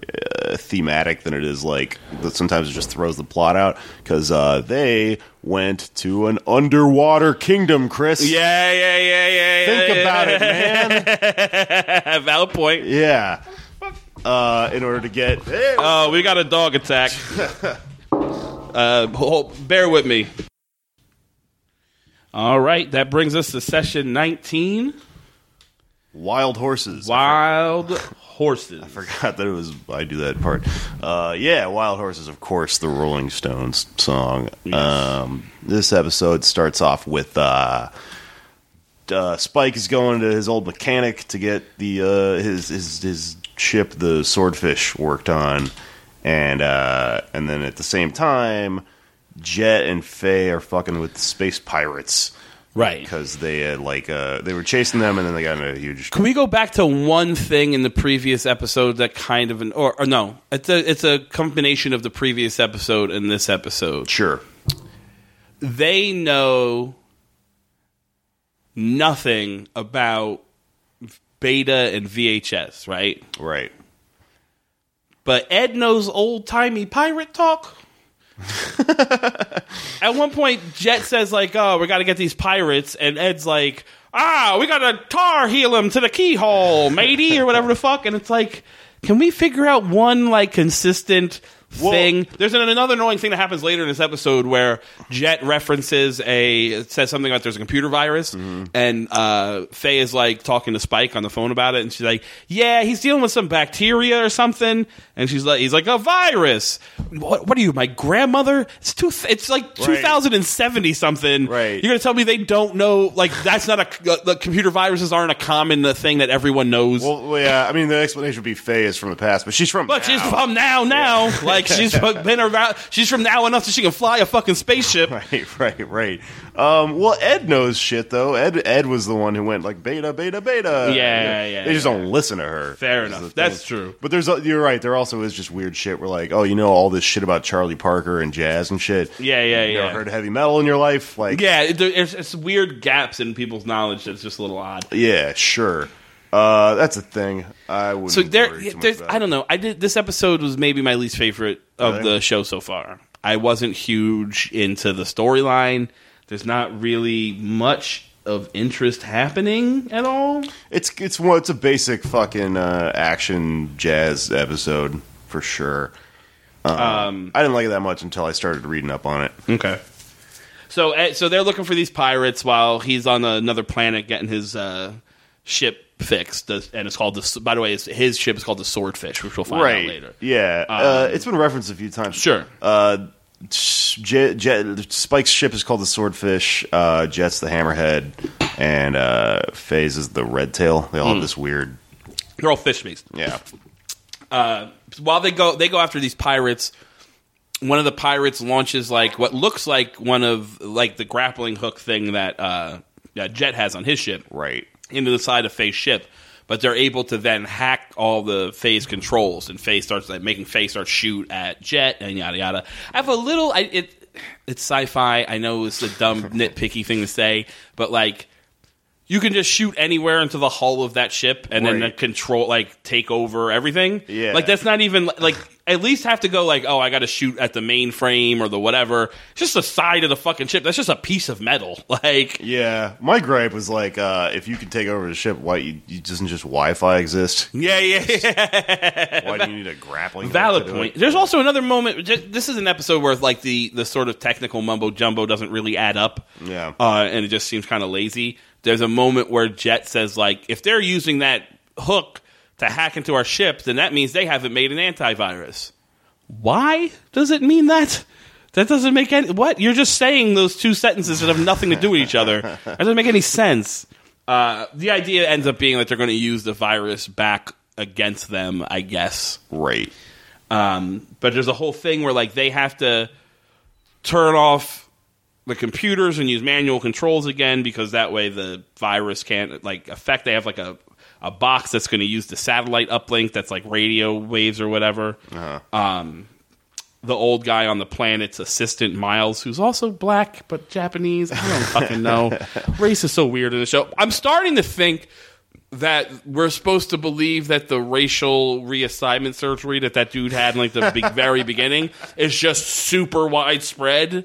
uh, thematic than it is like. That sometimes it just throws the plot out because uh, they went to an underwater kingdom, Chris. Yeah, yeah, yeah, yeah. Think about it, man. it. Valid point. Yeah. Uh, in order to get hey, Oh, we got a dog attack. uh, ho- bear with me. All right, that brings us to session 19 wild horses. Wild Horses. forgot that it was I do that part. Uh, yeah, Wild Horses, of course, the Rolling Stones song. Um, this episode starts off with uh, uh, Spike is going to his old mechanic to get the uh, his his his ship, the Swordfish, worked on, and uh, and then at the same time, Jet and Faye are fucking with space pirates Right. because they had like uh, they were chasing them, and then they got in a huge Can we go back to one thing in the previous episode that kind of an or, or no, it's a it's a combination of the previous episode and this episode. sure. they know nothing about beta and VHS, right? Right. But Ed knows old timey pirate talk. At one point, Jet says, like, oh, we got to get these pirates. And Ed's like, ah, we got to tar heel him to the keyhole, matey, or whatever the fuck. And it's like, can we figure out one, like, consistent thing? There's an, another annoying thing that happens later in this episode where Jet references a, it says something about there's a computer virus. And uh, Faye is, like, talking to Spike on the phone about it. And she's like, yeah, he's dealing with some bacteria or something. And she's like, he's like, a virus. What, what are you, my grandmother? It's, two, it's like 2070 something. Right. You're gonna tell me they don't know? Like that's not a uh, the computer viruses aren't a common uh, thing that everyone knows. Well, well, yeah. I mean, the explanation would be Faye is from the past, but she's from. but she's from now, now. Like she's fu- been around. She's from now enough that she can fly a fucking spaceship. Right, right, right. Um, well, Ed knows shit though. Ed, Ed was the one who went like beta, beta, beta. Yeah, yeah, They just don't listen to her. Fair Is the enough. thing. That's true. But there's, a- you're right. There also is just weird shit. We're like, oh, you know all this shit about Charlie Parker and jazz and shit. Yeah, yeah, You yeah. never heard heavy metal in your life? Like, Yeah, it, there- it's, it's weird gaps in people's knowledge that's just a little odd. yeah, sure. Uh, that's a thing. I would. So there, there's, I don't know. I did this episode was maybe my least favorite of Really? the show so far. I wasn't huge into the storyline. There's not really much of interest happening at all. It's it's one. It's a basic fucking uh, action jazz episode for sure. Um, I didn't like it that much until I started reading up on it. Okay. So eh, so they're looking for these pirates while he's on another planet getting his uh, ship fixed. The- And it's called the. By the way, it's, his ship is called the Swordfish, which we'll find out later. Um, Yeah, uh, it's been referenced a few times. Sure. Uh, Jet, Jet, Spike's ship is called the Swordfish. Uh, Jet's the Hammerhead, and uh, Faze is the Red Tail. They all Hmm. have this weird. They're all fish meats. Yeah. while they go they go after these pirates one of the pirates launches like what looks like one of like the grappling hook thing that uh that jet has on his ship Right. into the side of Faye's ship but they're able to then hack all the Faye's controls and Faye starts like making Faye start shoot at jet and yada yada i have a little i it it's sci-fi i know it's a dumb nitpicky thing to say but like you can just shoot anywhere into the hull of that ship and then Right. the control like take over everything Yeah. like that's not even like at least have to go like oh i gotta shoot at the mainframe or the whatever it's just the side of the fucking ship that's just a piece of metal like Yeah. My gripe was like, uh, if you could take over the ship, why you, you doesn't just Wi-Fi exist? yeah yeah, yeah. Why do you need a grappling? hook valid to do point it? there's also another moment ju- this is an episode where like the the sort of technical mumbo jumbo doesn't really add up Yeah. uh, and it just seems kind of lazy there's a moment where jet says like if they're using that hook to hack into our ship then that means they haven't made an antivirus why does it mean that? That doesn't make any. What you're just saying those two sentences that have nothing to do with each other. That doesn't make any sense. Uh, the idea ends up being that they're going to use the virus back against them, I guess. Right. Um, but there's a whole thing where like they have to turn off the computers and use manual controls again because that way the virus can't like affect. They have like a a box that's going to use the satellite uplink that's like radio waves or whatever. Um, the old guy on the planet's assistant Miles, who's also black but Japanese. I don't fucking know. Race is so weird in the show. I'm starting to think that we're supposed to believe that the racial reassignment surgery that that dude had in like the big, very beginning is just super widespread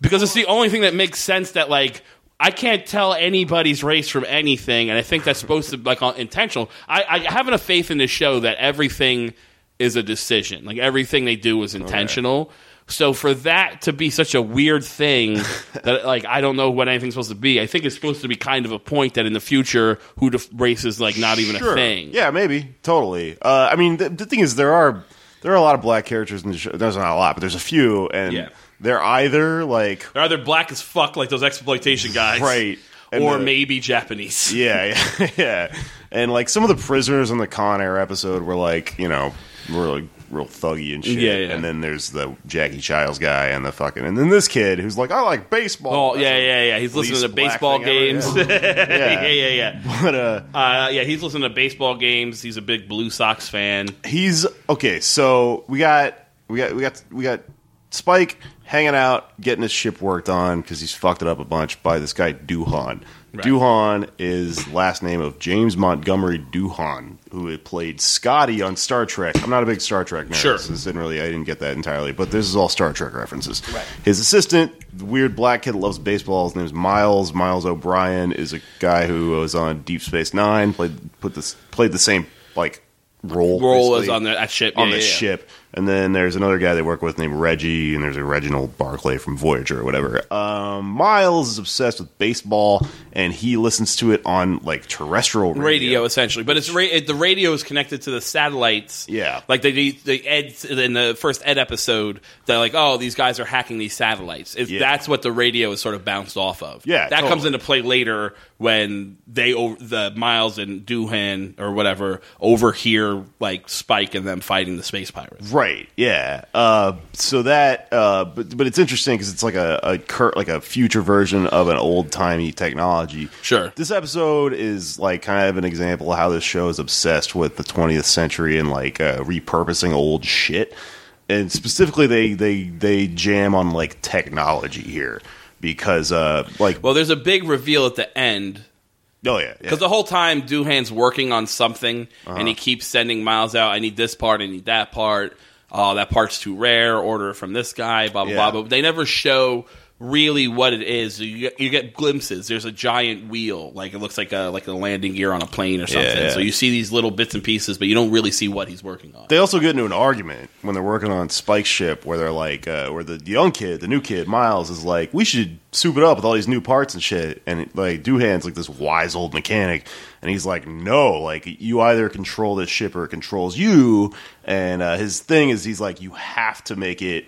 because it's the only thing that makes sense that like I can't tell anybody's race from anything, and I think that's supposed to be like on- intentional. I, I have enough faith in this show that everything is a decision, like everything they do is intentional. So for that to be such a weird thing that like I don't know what anything's supposed to be, I think it's supposed to be kind of a point that in the future, who the f- race is like not even a thing. Yeah, maybe. Totally. Uh, I mean, the, the thing is, there are there are a lot of black characters in the show. There's not a lot, but there's a few, and Yeah. they're either like They're either black as fuck, like those exploitation guys, Right. And or the- maybe Japanese. yeah, yeah, yeah, and like some of the prisoners in the Con Air episode were like you know were like real thuggy and shit. Yeah, yeah. And then there's the Jackie Childs guy and the fucking and then this kid who's like I like baseball. Oh That's yeah, the yeah, yeah. He's listening least to black baseball thing games. ever. yeah, Yeah. yeah, yeah. But uh, Uh, yeah, he's listening to baseball games. He's a big Blue Sox fan. he's okay. So we got we got we got we got Spike hanging out, getting his ship worked on because he's fucked it up a bunch by this guy Duhan. Right. Duhan is last name of James Montgomery Duhan, who played Scotty on Star Trek. I'm not a big Star Trek nerd. Sure. so this didn't really I didn't get that entirely, but this is all Star Trek references. Right. His assistant, the weird black kid that loves baseball, his name's Miles. Miles O'Brien is a guy who was on Deep Space Nine, played put this played the same like role Roll is basically, on the, that ship. on yeah, the yeah, yeah. ship. And then there's another guy they work with named Reggie, and there's a Reginald Barclay from Voyager or whatever. Um, Miles is obsessed with baseball, and he listens to it on like terrestrial radio essentially but it's ra- it, the radio is connected to the satellites Yeah. like they they- they ed in the first ed episode they're like oh these guys are hacking these satellites it's, Yeah. that's what the radio is sort of bounced off of Yeah, that comes totally. into play later when they over the miles and doohan or whatever overhear like spike and them fighting the space pirates Right. Yeah. Uh, so that, uh, but but it's interesting because it's like a a cur- like a future version of an old timey technology. Sure. This episode is like kind of an example of how this show is obsessed with the 20th century and like uh, repurposing old shit. And specifically, they they they jam on like technology here because uh like well there's a big reveal at the end oh yeah yeah. Because the whole time Doohan's working on something, and Uh-huh. he keeps sending Miles out. I need this part. I need that part. Oh, that part's too rare. Order it from this guy. Blah blah Yeah. blah. But they never show really what it is. You get, you get glimpses. There's a giant wheel, like it looks like a like a landing gear on a plane or something. yeah. So you see these little bits and pieces, but you don't really see what he's working on. they also get into an argument when they're working on Spike's ship, where they're like, uh, where the young kid, the new kid, Miles, is like, we should soup it up with all these new parts and shit. And like, Doohan's like this wise old mechanic, and he's like, no, like you either control this ship or it controls you. And uh, his thing is, he's like, you have to make it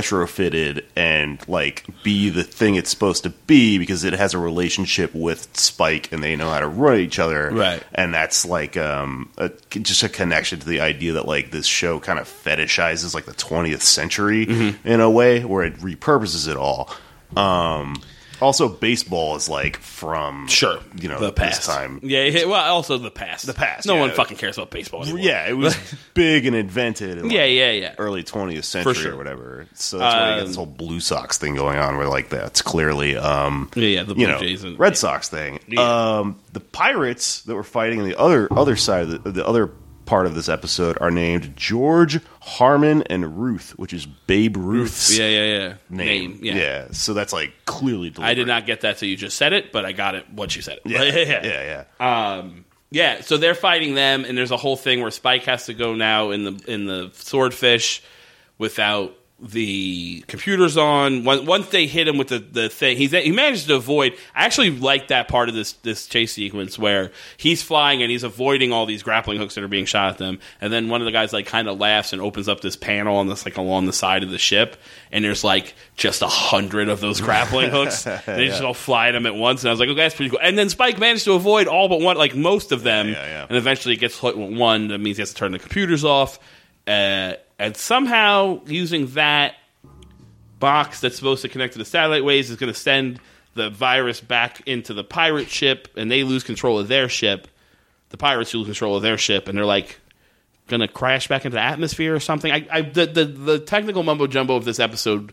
retrofitted and like be the thing it's supposed to be because it has a relationship with Spike and they know how to run each other Right. and that's like um a, just a connection to the idea that like this show kind of fetishizes like the 20th century Mm-hmm. in a way where it repurposes it all um also baseball is like from Sure, you know the past this time Yeah, yeah, well, also the past. The past, No yeah. one fucking cares about baseball. Anymore. yeah it was big and invented in like, yeah, yeah, yeah. early 20th century sure. Um, or whatever so that's why you get this whole blue sox thing going on where like that's clearly um Yeah, yeah, the you Blue know, Jays and- Red yeah. Sox thing. Yeah. Um, the pirates that were fighting on the other other side of the, the other part of this episode are named George Harmon and Ruth, which is Babe Ruth's yeah, yeah, yeah. name. Name. Yeah. so that's like clearly. Deliberate. I did not get that till you just said it, but I got it once you said it. Yeah, yeah, yeah. Yeah, so they're fighting them, and there's a whole thing where Spike has to go now in the in the swordfish without the computers on. Once, once they hit him with the, the thing, he's, he managed to avoid. I actually like that part of this this chase sequence where he's flying and he's avoiding all these grappling hooks that are being shot at them, and then one of the guys like kind of laughs and opens up this panel on this like along the side of the ship, and there's like just a hundred of those grappling hooks. and they just all fly at him at once, and I was like, okay, that's pretty cool. And then Spike managed to avoid all but one, like most of them, Yeah, yeah. and eventually he gets hit with one. That means he has to turn the computers off, uh, and somehow using that box that's supposed to connect to the satellite waves is going to send the virus back into the pirate ship, and they lose control of their ship. The pirates lose control of their ship, and they're like going to crash back into the atmosphere or something. I, I the, the the technical mumbo jumbo of this episode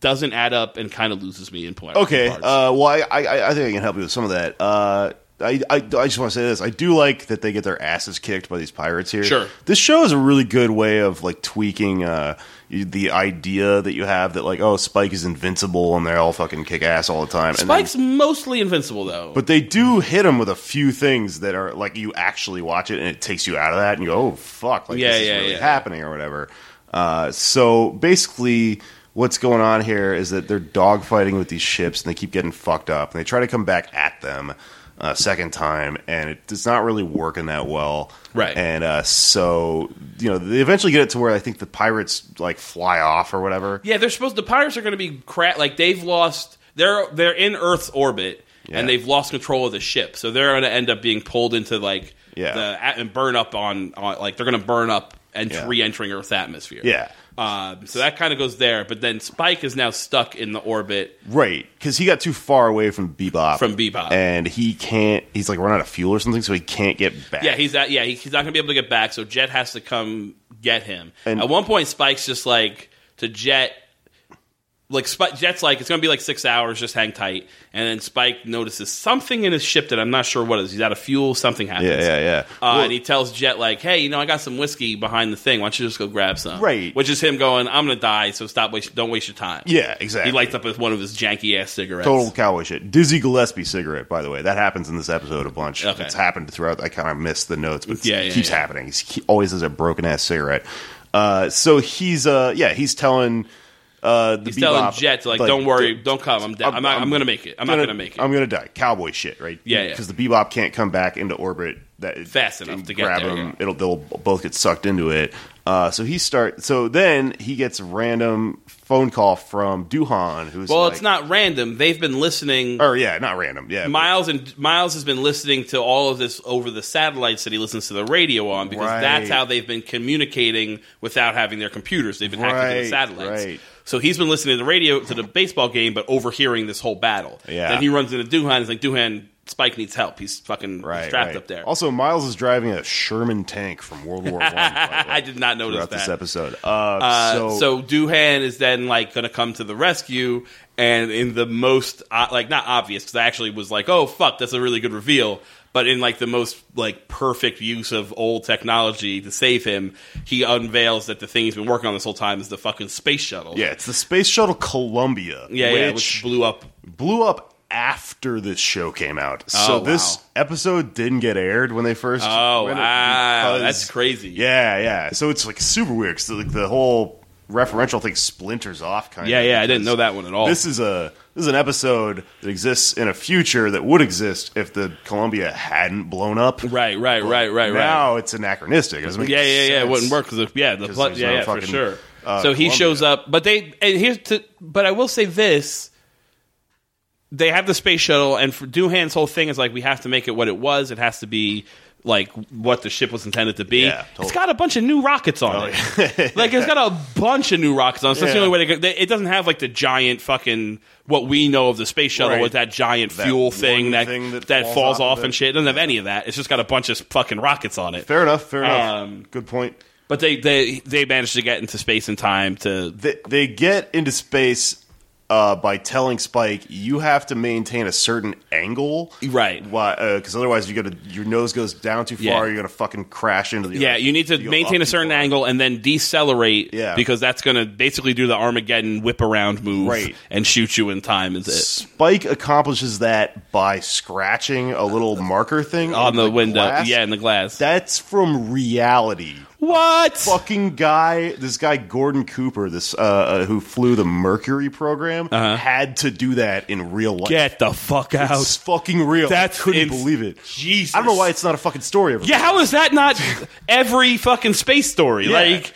doesn't add up and kind of loses me in point. Okay. Uh, well, I, I I think I can help you with some of that. Uh, I, I, I just want to say this. I do like that they get their asses kicked by these pirates here. Sure. This show is a really good way of like tweaking uh, you- the idea that you have that like oh Spike is invincible and they're all fucking kick ass all the time. And then- Spike's mostly invincible though. but they do hit him with a few things that are like you actually watch it and it takes you out of that and you go, oh fuck, like Yeah, this is yeah, really yeah. happening or whatever. Uh, so basically, what's going on here is that they're dogfighting with these ships and they keep getting fucked up and they try to come back at them a second time and it, it's not really working that well. Right. And uh, so you know they eventually get it to where I think the pirates like fly off or whatever. Yeah, they're supposed. The pirates are going to be cra- like they've lost. They're they're in Earth's orbit Yeah. and they've lost control of the ship, so they're going to end up being pulled into like Yeah. the at- and burn up on, on like they're going to burn up and Yeah. re-entering Earth's atmosphere. Yeah. Um, so that kind of goes there, but then Spike is now stuck in the orbit. Right, because he got too far away from Bebop. From Bebop. and he can't. He's like run out of fuel or something, so he can't get back. Yeah, he's at, yeah he- he's not going to be able to get back, so Jet has to come get him. And- At one point, Spike's just like to Jet. like Spike, Jet's like it's gonna be like six hours. Just hang tight. And then Spike notices something in his ship that I'm not sure what it is. He's out of fuel. Something happens. Yeah, yeah, yeah. Uh, Well- and he tells Jet like, "Hey, you know, I got some whiskey behind the thing. Why don't you just go grab some?" Right. Which is him going, "I'm gonna die, so stop. Waste, don't waste your time." Yeah, exactly. He lights up with one of his janky ass cigarettes. Total cowboy shit. Dizzy Gillespie cigarette, by the way. That happens in this episode a bunch. Okay. It's happened throughout. I kind of missed the notes, but Yeah, it yeah, keeps yeah. happening. He's, he always has a broken ass cigarette. Uh, so he's uh, yeah, he's telling uh, the He's telling Bebop, Jet like, "Don't worry, d- don't come. I'm dead. I'm- I'm, not, I'm I'm gonna make it. I'm not gonna make it." I'm gonna die. Cowboy shit, right? Yeah, yeah. Because the Bebop can't come back into orbit that Fast and enough to get grab there, him. yeah. It'll they'll both get sucked into it. Uh, so he start. So then he gets a random phone call from Duhan, who's well, like, it's not random. They've been listening. Or yeah, not random. Yeah, but- Miles and Miles has been listening to all of this over the satellites that he listens to the radio on because Right. that's how they've been communicating without having their computers. They've been hacked into the Right, satellites. right. So he's been listening to the radio to the baseball game, but overhearing this whole battle. Yeah. Then he runs into Duhan. He's like, Duhan, Spike needs help. He's fucking right, strapped right. up there. Also, Miles is driving a Sherman tank from World War One. by the way, I did not notice throughout that. this episode. Uh, Uh, so, so Doohan is then like going to come to the rescue, and in the most uh, like not obvious because I actually was like, oh fuck, that's a really good reveal. But in like the most like perfect use of old technology to save him, he unveils that the thing he's been working on this whole time is the fucking space shuttle. yeah, it's the space shuttle Columbia, yeah, which, yeah, which blew up. blew up after this show came out. so Oh, wow. this episode didn't get aired when they first. Oh ran it wow, because- that's crazy. Yeah, yeah. So it's like super weird because like the whole referential thing splinters off. Kind yeah, of. yeah. I because- didn't know that one at all. This is a this is an episode that exists in a future that would exist if the Columbia hadn't blown up. right, right, right, right, right. Now it's anachronistic. It doesn't make Yeah, yeah, yeah. It sense. wouldn't work because yeah, the 'Cause pl- there's yeah, no yeah, for fucking, sure. uh, so he Columbia. shows up, but they and here's to but I will say this: they have the space shuttle, and for Doohan's whole thing is like we have to make it what it was. It has to be like what the ship was intended to be. Yeah, totally. Oh, It's got a bunch of new rockets on it. like it's got a bunch of new rockets on. it. So that's the Yeah. only way they, go- they. It doesn't have like the giant fucking what we know of the space shuttle Right. with that giant That fuel one thing that thing that that falls falls, off off of and it. shit. It doesn't have any of that. It's just got a bunch of fucking rockets on it. Fair enough. Fair enough. Um, Good point. But they they they managed to get into space in time to. They, they get into space uh, by telling Spike you have to maintain a certain angle, Right. Why? Because otherwise, you got to your nose goes down too far. Yeah. You're gonna fucking crash into the. Yeah, you need to go maintain up a certain too far. angle and then decelerate. Yeah. because that's going to basically do the Armageddon whip around move Right. and shoot you in time. Is it Spike accomplishes that by scratching a little marker thing on the, window? glass. Yeah, in the glass. That's from reality. what? Fucking guy, this guy Gordon Cooper, this uh, uh, who flew the Mercury program, had to do that in real life. Uh-huh. Get the fuck out! it's fucking real. That's I couldn't ins- believe it. Jesus. I don't know why it's not a fucking story. Of it. Yeah, how is that not every fucking space story? Yeah. Like,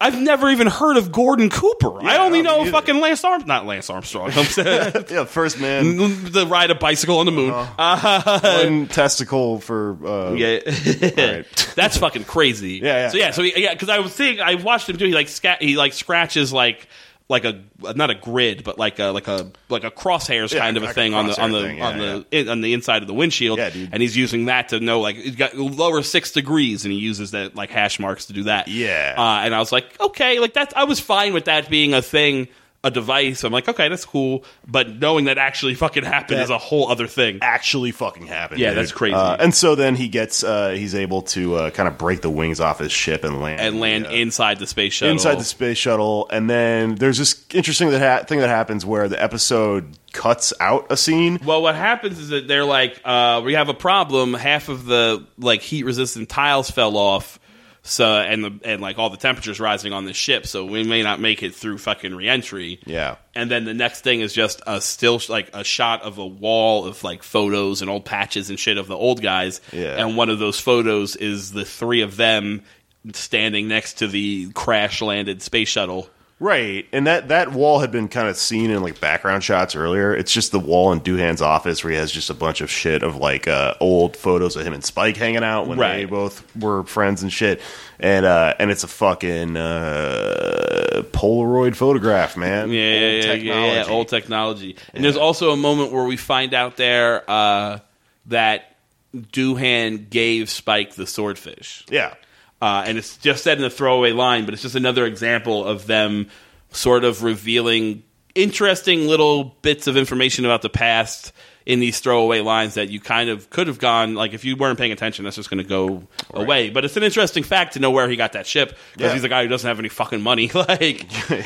I've never even heard of Gordon Cooper. I I only don't know either. fucking Lance Armstrong. Not Lance Armstrong. I'm saying- yeah. First man, the ride a bicycle on the moon. Uh-huh. one testicle for uh, Yeah, all right. that's fucking crazy. Yeah, yeah. So yeah, so he, yeah, because I was thinking, I watched him do. He like sca- he like scratches like like a not a grid, but like a like a like a crosshairs Yeah, kind of a like a thing on the on the crosshair thing, on yeah, the in, on the inside of the windshield. Yeah, dude. And he's using that to know like he's got lower six degrees, and he uses that like hash marks to do that. Yeah. Uh, and I was like, okay, like that's I was fine with that being a thing. A device. I'm like, okay, that's cool, but knowing that actually fucking happened That- is a whole other thing. actually fucking happened. Yeah, dude. that's crazy. Uh, and so then he gets, uh, he's able to uh, kind of break the wings off his ship and land And land uh, inside the space shuttle. inside the space shuttle. And then there's this interesting that ha- thing that happens where the episode cuts out a scene. Well, what happens is that they're like, uh, we have a problem. Half of the like heat resistant tiles fell off, so and the and like all the temperatures rising on this ship, so we may not make it through fucking reentry. Yeah. And then the next thing is just a still like a shot of a wall of like photos and old patches and shit of the old guys. Yeah. And one of those photos is the three of them standing next to the crash landed space shuttle. Right. And that, that wall had been kind of seen in like background shots earlier. It's just the wall in Doohan's office where he has just a bunch of shit of like uh, old photos of him and Spike hanging out when they Right. both were friends and shit. And uh, and it's a fucking uh, Polaroid photograph, man. Yeah, Old yeah, yeah, yeah, technology. old technology. And there's also a moment where we find out there uh, that Doohan gave Spike the swordfish, Yeah. uh, and it's just said in a throwaway line, but it's just another example of them sort of revealing interesting little bits of information about the past in these throwaway lines that you kind of could have gone like if you weren't paying attention that's just going to go away but it's an interesting fact to know where he got that ship because Yeah. he's a guy who doesn't have any fucking money like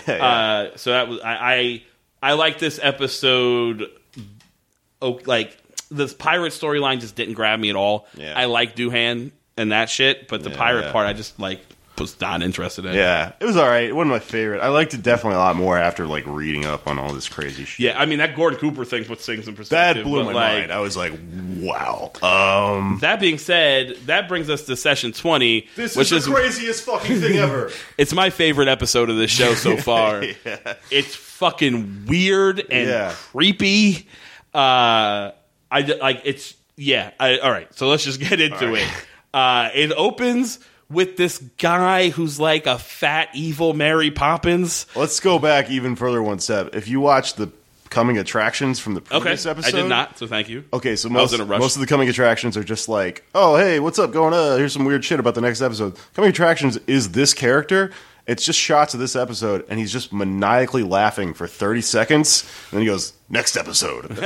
Uh, so that was I, I i like this episode oh, like this pirate storyline just didn't grab me at all Yeah. i like doohan and that shit but the Yeah, pirate yeah. part i just like was not interested in Yeah, it was all right. One of my favorite. I liked it definitely a lot more after like reading up on all this crazy shit. Yeah, I mean that Gordon Cooper thing puts things in perspective. that blew my but, like, mind. I was like, wow. Um, That being said, that brings us to session twenty, which is, craziest fucking thing ever. it's my favorite episode of this show so far. It's fucking weird and Yeah. creepy. Uh, I d- like it's yeah. I, all right, so let's just get into right. it. Uh, it opens with this guy who's like a fat evil Mary Poppins. Let's go back even further one step. If you watch the coming attractions from the Okay, previous episode, I did not, so thank you. Okay, so was most, in a rush. most of the coming attractions are just like, oh, hey, what's up going on? Here's some weird shit about the next episode. Coming attractions is this character. It's just shots of this episode, and he's just maniacally laughing for 30 seconds. And then he goes, next episode.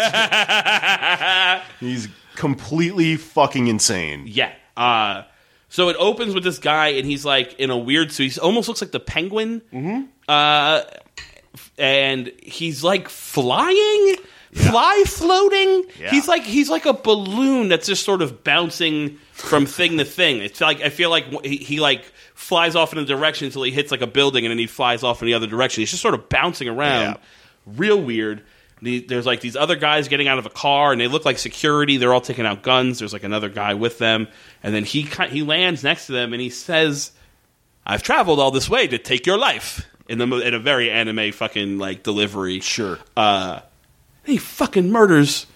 That's- he's completely fucking insane. Yeah. Uh, so it opens with this guy, and he's like in a weird suit. He almost looks like the penguin. Mm-hmm. Uh, and he's like flying, fly floating. Yeah. He's like he's like a balloon that's just sort of bouncing from thing to thing. It's like I feel like he, he like flies off in a direction until he hits like a building, and then he flies off in the other direction. He's just sort of bouncing around, Yeah. real weird. The- There's like these other guys getting out of a car, and they look like security. They're all taking out guns. There's like another guy with them, and then he ki- he lands next to them, and he says. I've traveled all this way to take your life in the mo- in a very anime fucking like delivery. Sure. Uh, he fucking murders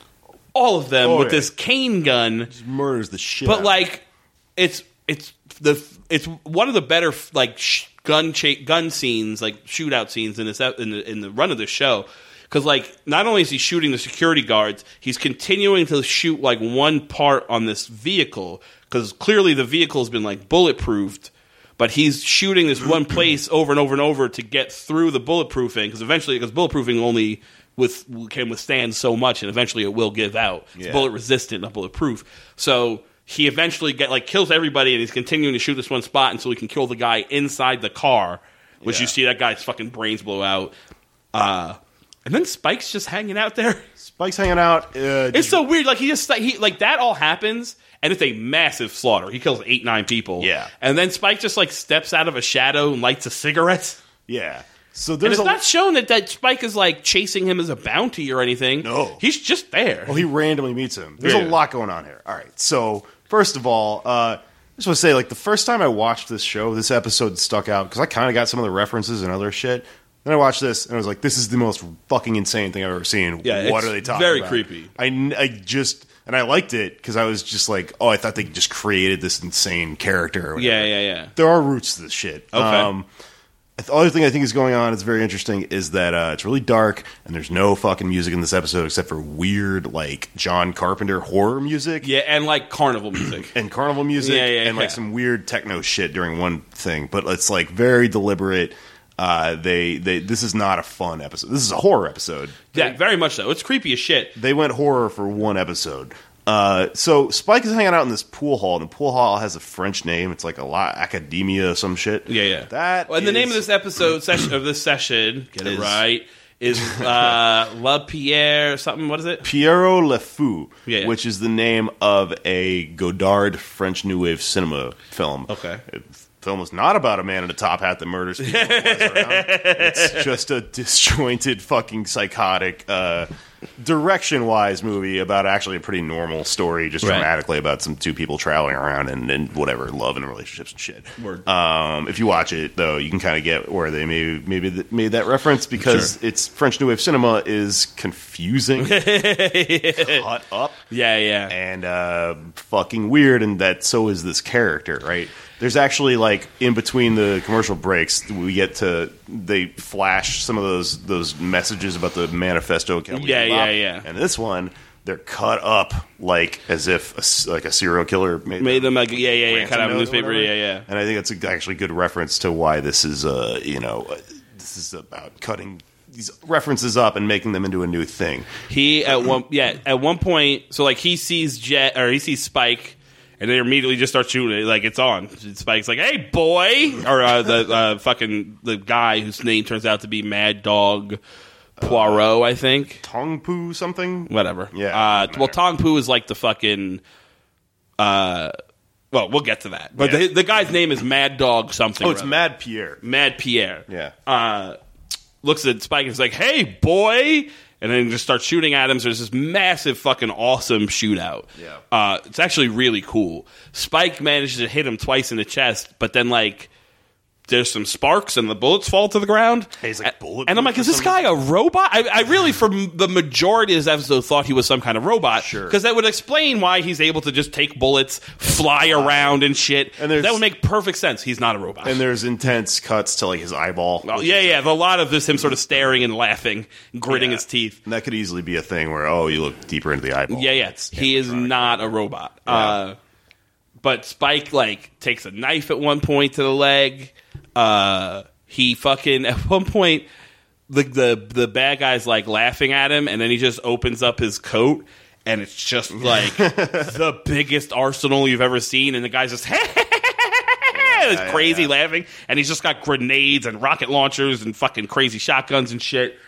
all of them Oh, with yeah. this cane gun, Murders the shit. out but of him. like it's it's the it's one of the better like sh- gun cha- gun scenes like shootout scenes in this ep- in the in the run of the show. Because like, not only is he shooting the security guards, he's continuing to shoot like one part on this vehicle. Because clearly the vehicle has been like bulletproofed, but he's shooting this one place over and over and over to get through the bulletproofing because eventually because bulletproofing only with can withstand so much and eventually it will give out it's Yeah. bullet resistant not bulletproof so he eventually get like kills everybody and he's continuing to shoot this one spot until he can kill the guy inside the car which you Yeah. see that guy's fucking brains blow out uh and then spike's just hanging out there Spike's hanging out. Uh, it's so weird. Like he just like, he like that all happens, and it's a massive slaughter. He kills eight nine people. Yeah. and then Spike just like steps out of a shadow and lights a cigarette. yeah. So And there's it's a. not shown that that Spike is like chasing him as a bounty or anything. No. Oh, he's just there. Well, he randomly meets him. There's Yeah. a lot going on here. All right. So, first of all, uh, I just want to say, like, the first time I watched this show, this episode stuck out because I kind of got some of the references and other shit. Then I watched this and I was like, this is the most fucking insane thing I've ever seen. Yeah, what it's are they talking very about? creepy. I, kn- I just, and I liked it because I was just like, oh, I thought they just created this insane character. Or whatever yeah, yeah, yeah. there are roots to this shit. Okay. the other thing I think is going on is very interesting is that uh, it's really dark and there's no fucking music in this episode except for weird like John Carpenter horror music Yeah, and like carnival music. and carnival music Yeah, yeah, and like yeah. some weird techno shit during one thing, but it's like very deliberate. Uh, they they this is not a fun episode. This is a horror episode. yeah, very much so. It's creepy as shit. They went horror for one episode. Uh, so Spike is hanging out in this pool hall, and the pool hall has a French name. It's like a lot academia or some shit. Yeah, yeah. That Well, and the name of is- this episode session of this session, get it, is- right, is uh, La Pierre something. What is it? Piero Le Fou, Yeah. which is the name of a Godard French New Wave cinema film. Okay. The film is not about a man in a top hat that murders people. and flies around. It's just a disjointed, fucking psychotic, uh, direction wise movie about actually a pretty normal story, just Right. dramatically about some two people traveling around and, and whatever, love and relationships and shit. Word. Um, if you watch it, though, you can kind of get where they maybe, maybe th- made that reference because it's French New Wave cinema is confusing cut up Yeah, yeah. and uh, fucking weird, and that so is this character, right? There's actually like in between the commercial breaks, we get to they flash some of those those messages about the manifesto. of Cowboy Yeah, Bebop, yeah, yeah. And this one, they're cut up like as if a s like a serial killer made, Made them like yeah, yeah, yeah. ransom Cut out of a note or newspaper. whatever. Yeah, yeah. And I think that's a- actually a good reference to why this is uh, you know uh, this is about cutting these references up and making them into a new thing. He at one yeah at one point so like he sees Jet or he sees Spike and they immediately just start shooting it like it's on. Spike's like, "Hey boy," or uh, the uh, fucking the guy whose name turns out to be Mad Dog Poirot, I think. Tongpu something. Whatever. Yeah, Uh, doesn't well, matter. Tong Pu is like the fucking. Uh, well, we'll get to that. But Yeah. the, the guy's name is Mad Dog something. Oh, or it's other. Mad Pierre. Mad Pierre. Yeah. Uh, looks at Spike and is like, hey, boy. And then just starts shooting at him. So there's this massive fucking awesome shootout. Yeah. Uh, it's actually really cool. Spike manages to hit him twice in the chest, but then, like, there's some sparks and the bullets fall to the ground. he's like A- bulletproof and I'm like, or is this something? guy a robot? I, I really, for m- the majority of this episode, thought he was some kind of robot. Sure. Because that would explain why he's able to just take bullets, fly around and shit. And there's- that would make perfect sense. He's not a robot. And there's intense cuts to like his eyeball. Oh, yeah, yeah. The lot of this him sort of staring and laughing, gritting Yeah. his teeth. And that could easily be a thing where oh, you look deeper into the eyeball. Yeah, yeah. He is not a robot. Uh, but Spike like takes a knife at one point to the leg. Uh, he fucking at one point the the the bad guy's like laughing at him, and then he just opens up his coat. And it's just like the biggest arsenal you've ever seen, and the guy's just it's yeah, crazy yeah. laughing, and he's just got grenades and rocket launchers and fucking crazy shotguns and shit.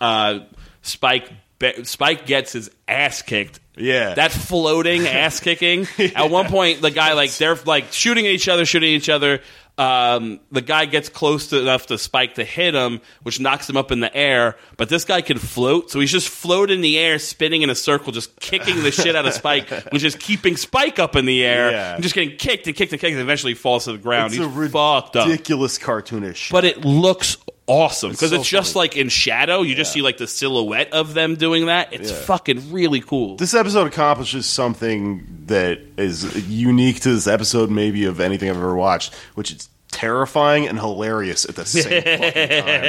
Uh, Spike be- Spike gets his ass kicked. Yeah. that floating ass kicking. At one point, the guy like they're like shooting at each other, shooting at each other. Um, the guy gets close to, enough to Spike to hit him, which knocks him up in the air. But this guy can float, so he's just floating in the air, spinning in a circle, just kicking the shit out of Spike, which is keeping Spike up in the air, Yeah. and just getting kicked and kicked and kicked, and eventually falls to the ground. It's he's a fucked up ridiculous cartoonish. but it looks awesome because it's, so just funny. like in shadow. You just see like the silhouette of them doing that. It's Yeah. fucking really cool. this episode accomplishes something that is unique to this episode, maybe of anything I've ever watched, which is terrifying and hilarious at the same fucking time.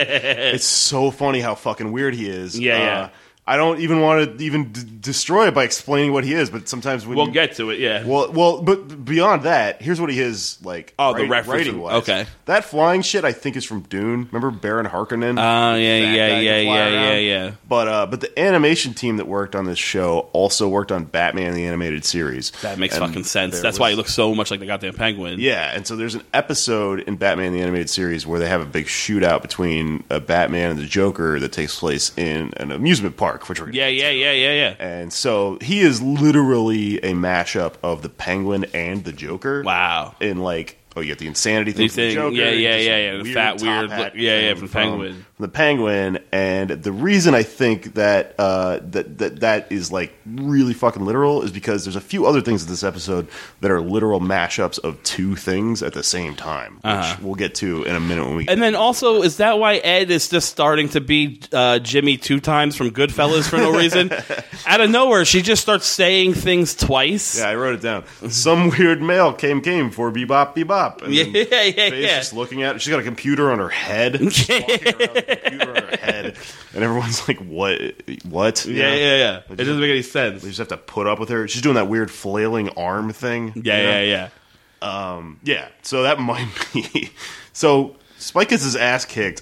It's so funny how fucking weird he is. Uh, Yeah, yeah. I don't even want to even d- destroy it by explaining what he is, but sometimes when we'll you, get to it. Yeah. well, well, but beyond that, here's what he is like. Oh, the writ- reference- writing-wise. okay. that flying shit I think is from Dune. Remember Baron Harkonnen? Oh yeah, That yeah, guy yeah, can fly yeah, yeah, around? yeah. But uh, but the animation team that worked on this show also worked on Batman the animated series. That makes And fucking sense. there That's why was- he looks so much like the goddamn penguin. Yeah, and so there's an episode in Batman the animated series where they have a big shootout between uh, Batman and the Joker that takes place in an amusement park, which we're gonna yeah, yeah, yeah, yeah, yeah. And so he is literally a mashup of the Penguin and the Joker. Wow. In like, oh, you got the insanity thing, You from the think- Joker, yeah, yeah, just yeah, yeah, the fat, top weird hat look- yeah, yeah, thing from Penguin. from the Penguin. And the reason I think that uh, that that that is like really fucking literal is because there's a few other things in this episode that are literal mashups of two things at the same time, which we'll get to in a minute when we. Uh-huh. And then also, is that why Ed is just starting to be uh, Jimmy two times from Goodfellas for no reason? Out of nowhere, she just starts saying things twice. yeah, I wrote it down. Some weird mail came came for bebop bebop. And yeah, then- yeah, yeah. Faye's just looking at it. She's got a computer on her head. She's walking around with a computer on her head. And everyone's like, what? What? You yeah, know? yeah, yeah. It They just, doesn't make any sense. they just have to put up with her. She's doing that weird flailing arm thing. Yeah, yeah, yeah. yeah. Yeah. So that might be. So Spike gets his ass kicked.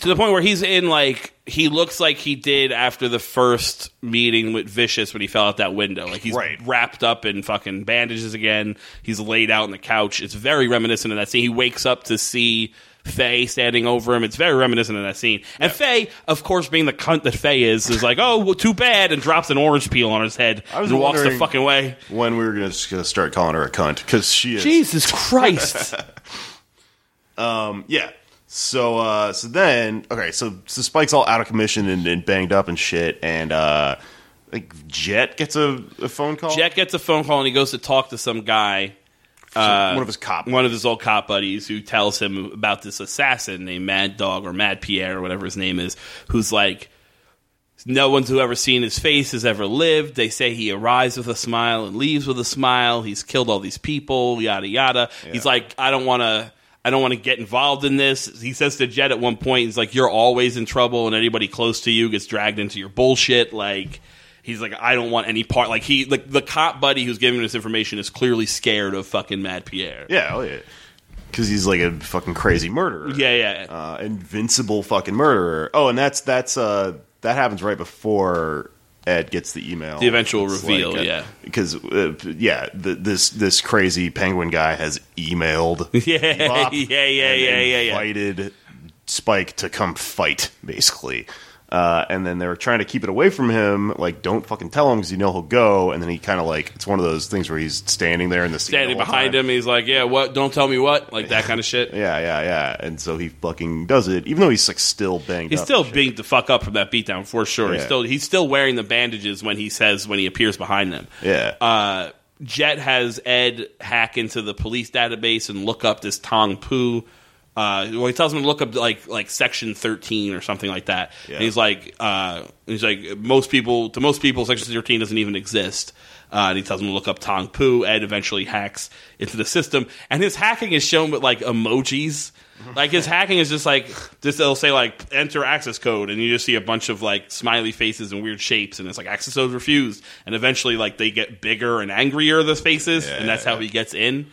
to the point where he's in like he looks like he did after the first meeting with Vicious when he fell out that window. Like he's Right. wrapped up in fucking bandages again. He's laid out on the couch. It's very reminiscent of that scene. He wakes up to see Faye standing over him. It's very reminiscent of that scene. And Faye, of course, being the cunt that Faye is, is like, "Oh, well, too bad," and drops an orange peel on his head I was and walks the wondering- fucking way. When we were gonna, just gonna start calling her a cunt because she is. Jesus Christ! Yeah. So uh so then okay, so so Spike's all out of commission and, and banged up and shit, and uh like Jet gets a, a phone call. Jack gets a phone call and he goes to talk to some guy. Uh, one of his cop one of his old cop buddies who tells him about this assassin named Mad Dog or Mad Pierre or whatever his name is, who's like, no one's who ever seen his face has ever lived. They say he arrives with a smile and leaves with a smile. He's killed all these people, yada yada. He's like, I don't want to. I don't want to get involved in this. He says to Jed at one point, he's like, "You're always in trouble, and anybody close to you gets dragged into your bullshit." Like, he's like, "I don't want any part." Like he, like the cop buddy who's giving this information is clearly scared of fucking Mad Pierre. Yeah, oh yeah. because he's like a fucking crazy murderer. Yeah, yeah. uh, invincible fucking murderer. Oh, and that's that's uh that happens right before Ed gets the email. The eventual reveal, yeah. because uh, yeah, the, this this crazy penguin guy has emailed, Yeah, Bop yeah, yeah, and yeah, yeah, yeah. invited Spike to come fight, basically. Uh, and then they were trying to keep it away from him, like don't fucking tell him because you know he'll go. And then he kind of like it's one of those things where he's standing there in the scene the Standing whole behind time. him, he's like, "Yeah, what? Don't tell me what." Like that kind of shit. Yeah, yeah, yeah. And so he fucking does it, even though he's like still banged. He's up still and shit. beat the fuck up from that beatdown for sure. He's Yeah. still he's still wearing the bandages when he says when he appears behind them. Yeah. Uh, Jet has Ed hack into the police database and look up this Tong Pu. Uh, well, he tells him to look up like like section thirteen or something like that. Yeah. And he's like, uh, he's like, most people to most people, section thirteen doesn't even exist. Uh, and he tells him to look up Tong Pu. Ed eventually hacks into the system, and his hacking is shown with like emojis. Like his hacking is just like just they'll say like enter access code and you just see a bunch of like smiley faces and weird shapes and it's like access code refused and eventually like they get bigger and angrier the faces and that's how he gets in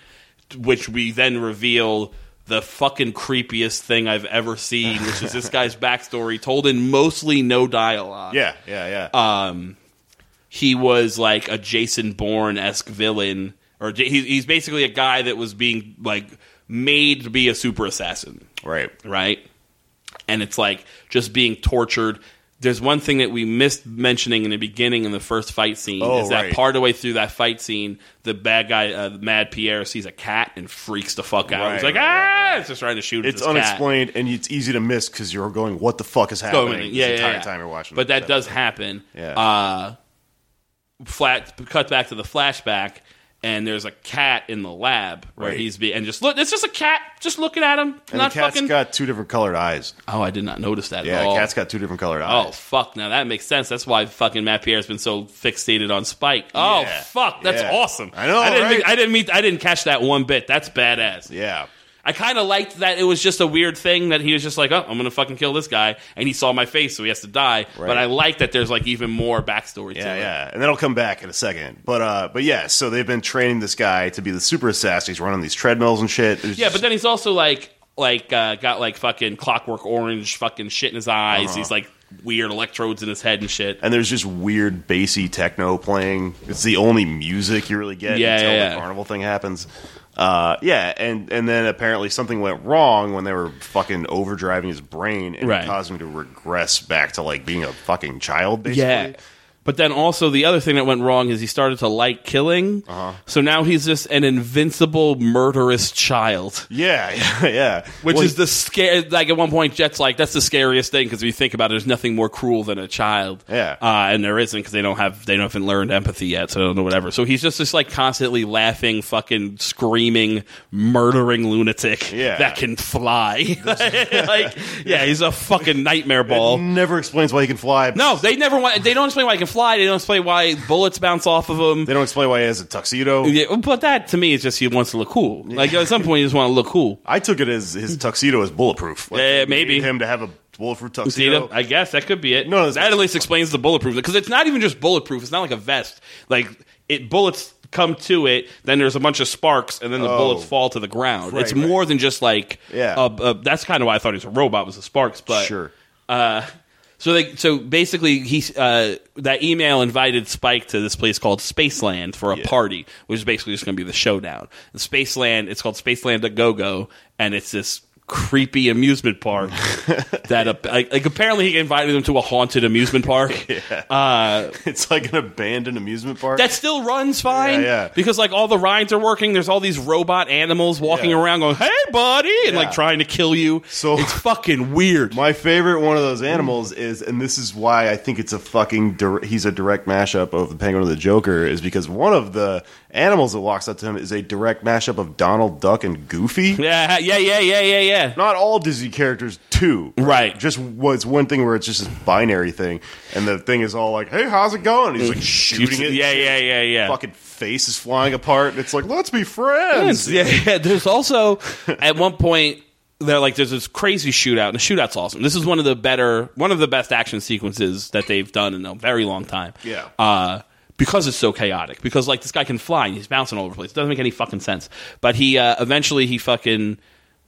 which we then reveal the fucking creepiest thing I've ever seen which is this guy's backstory told in mostly no dialogue Yeah, yeah, yeah. uh, he was like a Jason Bourne esque villain, or J- he- he's basically a guy that was being like made to be a super assassin, right. right? And it's like just being tortured. There's one thing that we missed mentioning in the beginning in the first fight scene Oh, is that right. part of the way through that fight scene, the bad guy, uh, Mad Pierre, sees a cat and freaks the fuck out. Right, He's like, right, ah! It's just trying to shoot. at It's this cat. unexplained and it's easy to miss because you're going, "What the fuck is happening?" Going in. this Yeah, yeah, entire yeah. time you're watching. But this that does episode. happen. Yeah. Uh, flat cut back to the flashback, and there's a cat in the lab where Right. he's be and just look. It's just a cat just looking at him, And not the cat's fucking. got two different colored eyes. oh, I did not notice that Yeah, at the all. cat's got two different colored Oh eyes. fuck! Now that makes sense. That's why fucking Matt Pierre's been so fixated on Spike. Oh Yeah. fuck! That's Yeah. awesome. I know, I didn't. right? think- I didn't meet. I didn't catch that one bit. That's badass. yeah. I kind of liked that it was just a weird thing that he was just like, oh, I'm gonna fucking kill this guy, and he saw my face, so he has to die. But Right. I like that there's like even more backstory to Yeah, it. yeah, and that'll come back in a second. But uh, but yeah, so they've been training this guy to be the super assassin. He's running these treadmills and shit. There's Yeah, just- but then he's also like, like uh, got like fucking clockwork orange fucking shit in his eyes. Uh-huh. He's like weird electrodes in his head and shit. and there's just weird bassy techno playing. It's the only music you really get Yeah, until yeah, yeah. the carnival thing happens. Uh, yeah, and and then apparently something went wrong when they were fucking overdriving his brain and Right. it caused him to regress back to like being a fucking child. Basically. Yeah. But then also the other thing that went wrong is he started to like killing. So now he's just an invincible murderous child. yeah, yeah, yeah. Which Well, is the scare. Like at one point, Jet's like, "That's the scariest thing," because if you think about it, there's nothing more cruel than a child. Yeah. uh, and there isn't because they don't have they don't haven't learned empathy yet, so they don't know whatever. So he's just just like constantly laughing, fucking screaming, murdering lunatic Yeah. that can fly. like, yeah, he's a fucking nightmare ball. never explains why he can fly. No, they never want. They don't explain why he can fly. They don't explain why bullets bounce off of him. they don't explain why he has a tuxedo. Yeah, but that to me is just he wants to look cool. Like at some point, you just want to look cool. I took it as his tuxedo is bulletproof. Like, Yeah, they maybe. made him to have a bulletproof See, tuxedo. that- I guess that could be it. No, that's- that at least explains the bulletproof because it's not even just bulletproof. It's not like a vest. Like it bullets come to it, then there's a bunch of sparks, and then the Oh. bullets fall to the ground. Right, it's right. more than just like Yeah. a- a- that's kind of why I thought he was a robot was the sparks, but Sure. Uh, so they so basically he uh, that email invited Spike to this place called Spaceland for a Yeah. party, which is basically just going to be the showdown. And Spaceland, it's called Spaceland a Go Go, and it's this creepy amusement park that a- like, like apparently he invited them to a haunted amusement park It's like an abandoned amusement park. that still runs fine Yeah, yeah. because like all the rides are working there's all these robot animals walking Yeah. around going hey buddy and like Yeah. trying to kill you So- it's fucking weird My favorite one of those animals is, and this is why I think it's a fucking. Dir- he's a direct mashup of the Penguin and the Joker, is because one of the animals that walks up to him is a direct mashup of Donald Duck and Goofy. yeah yeah yeah yeah yeah yeah Not all Disney characters, too. Right. Just what's one thing where it's just this binary thing, and the thing is all like, "Hey, how's it going?" he's like shooting it. yeah yeah yeah yeah Fucking face is flying apart, and it's like, "Let's be friends." Yeah, yeah. There's also at one point they're like there's this crazy shootout, and the shootout's awesome. This is one of the better, one of the best action sequences that they've done in a very long time. Yeah. Uh, because it's so chaotic. Because like this guy can fly and he's bouncing all over the place. It doesn't make any fucking sense. But he uh, eventually he fucking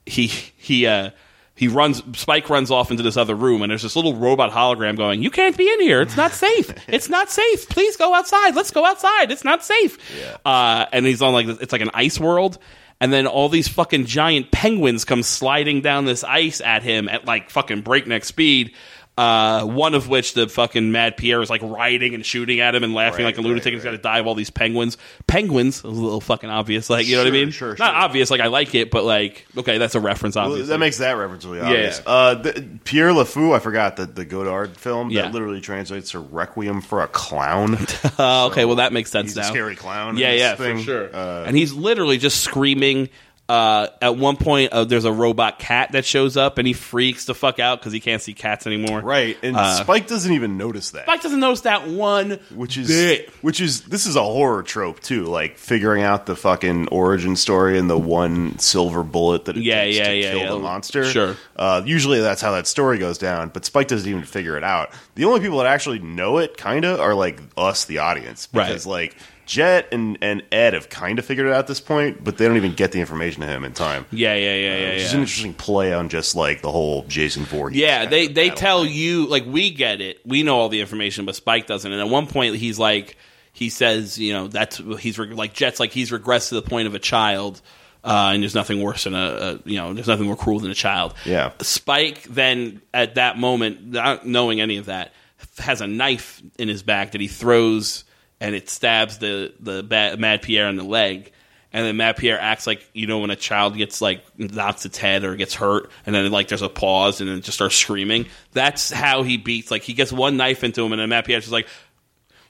he he uh he runs Spike runs off into this other room and there's this little robot hologram going, You can't be in here. It's not safe. It's not safe. Please go outside. Let's go outside. It's not safe. Uh and he's on like this- it's like an ice world. And then all these fucking giant penguins come sliding down this ice at him at like fucking breakneck speed. Uh, one of which the fucking Mad Pierre is like riding and shooting at him and laughing Right, like a lunatic. right, He's got to dive all these penguins. Penguins, a little fucking obvious, like you know what I Sure, mean? sure, Not sure. obvious, like I like it, but like okay, that's a reference. Well, Obviously, that makes that reference really obvious. Uh, the, Pierre LeFou, I forgot the the Godard film Yeah. that literally translates to "Requiem for a Clown." Uh, okay, well that makes sense He's now. a scary clown. in yeah, this yeah, thing. for sure. Uh, and he's literally just screaming. Uh, at one point, uh, there's a robot cat that shows up, and he freaks the fuck out because he can't see cats anymore. right, and Spike doesn't even notice that. Uh, Spike doesn't notice that one, which is bit. which is this is a horror trope too, like figuring out the fucking origin story and the one silver bullet that it Yeah, takes yeah, to yeah, kill yeah. the monster. Sure. Uh, usually that's how that story goes down, but Spike doesn't even figure it out. The only people that actually know it kind of are like us, the audience, Right. because like Jet and and Ed have kind of figured it out at this point, but they don't even get the information to him in time. Yeah, yeah, yeah, yeah. Which yeah. is an interesting play on just like the whole Jason Voorhees. Yeah, kind they of they battle. tell you like we get it, we know all the information, but Spike doesn't. And at one point, he's like, he says, you know, that's he's reg- like Jet's like he's regressed to the point of a child, uh, and there's nothing worse than a, a you know, there's nothing more cruel than a child. Yeah. Spike then at that moment, not knowing any of that, has a knife in his back that he throws, and it stabs the the ba- Mad Pierre in the leg. And then Mad Pierre acts like you know when a child gets like knocks its head or gets hurt, and then like there's a pause, and then it just starts screaming. That's how he beats. Like he gets one knife into him, and then Mad Pierre's just like,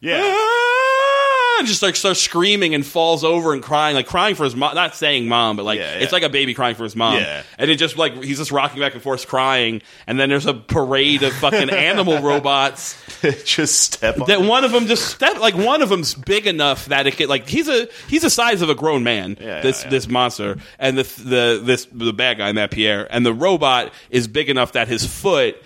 yeah. "Ah!" and just like starts screaming and falls over and crying, like crying for his mom. Not saying mom, but like Yeah, it's yeah. like a baby crying for his mom. Yeah. And it just like he's just rocking back and forth, crying. And then there's a parade of fucking animal robots. just step on That one of them just step like one of them's big enough that it could like he's a he's the size of a grown man. Yeah, this yeah, yeah. this monster and the the this the bad guy Matt Pierre and the robot is big enough that his foot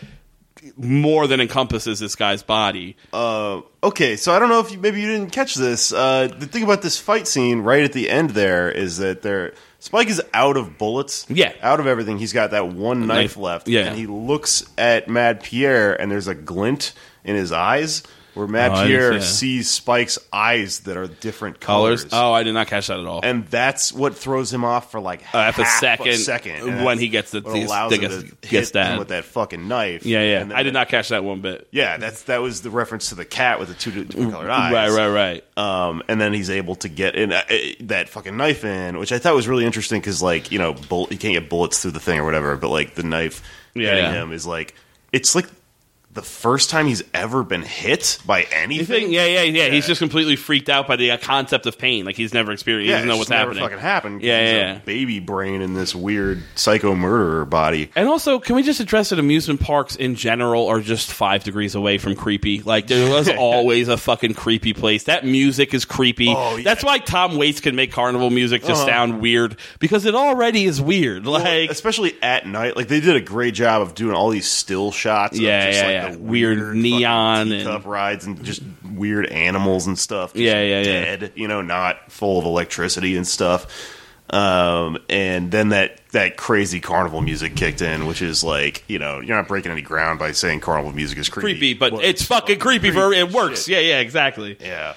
more than encompasses this guy's body. Uh, okay, so I don't know if you, maybe you didn't catch this. Uh, the thing about this fight scene right at the end there is that there Spike is out of bullets. Yeah. out of everything. He's got that one knife, knife, left. yeah. and he looks at Mad Pierre, and there's a glint in his eyes where Mad Oh, I didn't Pierre see that. sees Spike's eyes that are different colors. Colors. Oh, I did not catch that at all. And that's what throws him off for like Uh, half a half second second and when that's he gets the- what the- allows the- him to gets hit him stabbed. with that fucking knife. yeah, yeah. And then I did not catch that one bit. yeah, that's that was the reference to the cat with the two different colored eyes. Right, right, right. Um, and then he's able to get in uh, uh, that fucking knife in, which I thought was really interesting because, like, you know, bull- you can't get bullets through the thing or whatever, but like the knife Yeah, hitting yeah. him is like it's like the first time he's ever been hit by You anything. think, yeah, yeah, yeah, He's just completely freaked out by the uh, concept of pain. Like he's never experienced. he doesn't know it's what's never happening. Fucking happened. 'cause Yeah, he's yeah, a yeah. Baby brain in this weird psycho murderer body. And also, can we just address that amusement parks in general are just five degrees away from creepy? Like there was always a fucking creepy place. That music is creepy. Oh, yeah. Uh-huh. That's why Tom Waits can make carnival music just sound weird because it already is weird. Well, Like especially at night, like they did a great job of doing all these still shots. Yeah, of just, yeah, like, yeah. The Weird neon and- cup rides and just weird animals and stuff. Just Yeah, yeah, yeah. dead, You know, not full of electricity and stuff. Um, and then that that crazy carnival music kicked in, which is like you know you're not breaking any ground by saying carnival music is creepy, creepy, but Well, it's fucking creepy. for it works. Yeah, yeah, exactly. yeah.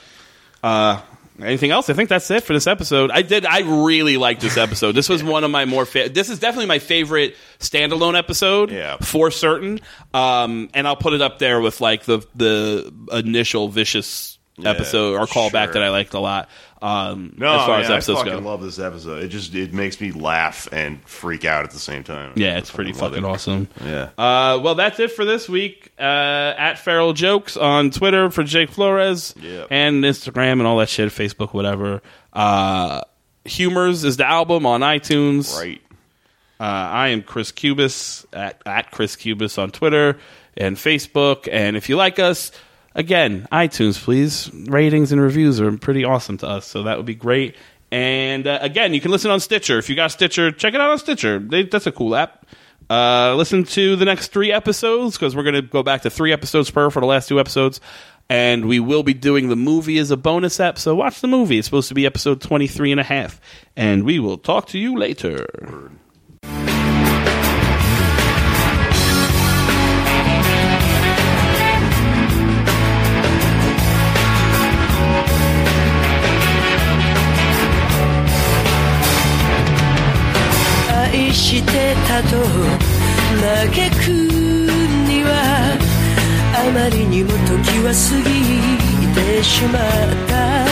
Anything else? I think that's it for this episode. I did. I really liked this episode. This was one of my more. Fa- this is definitely my favorite standalone episode. Yeah. for certain. Um, and I'll put it up there with like the the initial vicious episode or callback sure. that I liked a lot. Um, No, as far man, as episodes I fucking go, love this episode. It just it makes me laugh and freak out at the same time. yeah, it's pretty fucking awesome. Yeah. Uh, well, that's it for this week. Uh, at Feral Jokes on Twitter for Jake Flores Yeah. and Instagram and all that shit, Facebook, whatever. Uh, Humors is the album on iTunes. right. Uh, I am Chris Cubis at, at Chris Cubis on Twitter and Facebook. And if you like us, again, iTunes, please. Ratings and reviews are pretty awesome to us, so that would be great. And uh, again, you can listen on Stitcher. If you got Stitcher, check it out on Stitcher. They, that's a cool app. Uh, listen to the next three episodes because we're going to go back to three episodes per for the last two episodes. And we will be doing the movie as a bonus app, so watch the movie. It's supposed to be episode 23 and a half. And we will talk to you later. 愛してたと嘆くにはあまりにも時は過ぎてしまった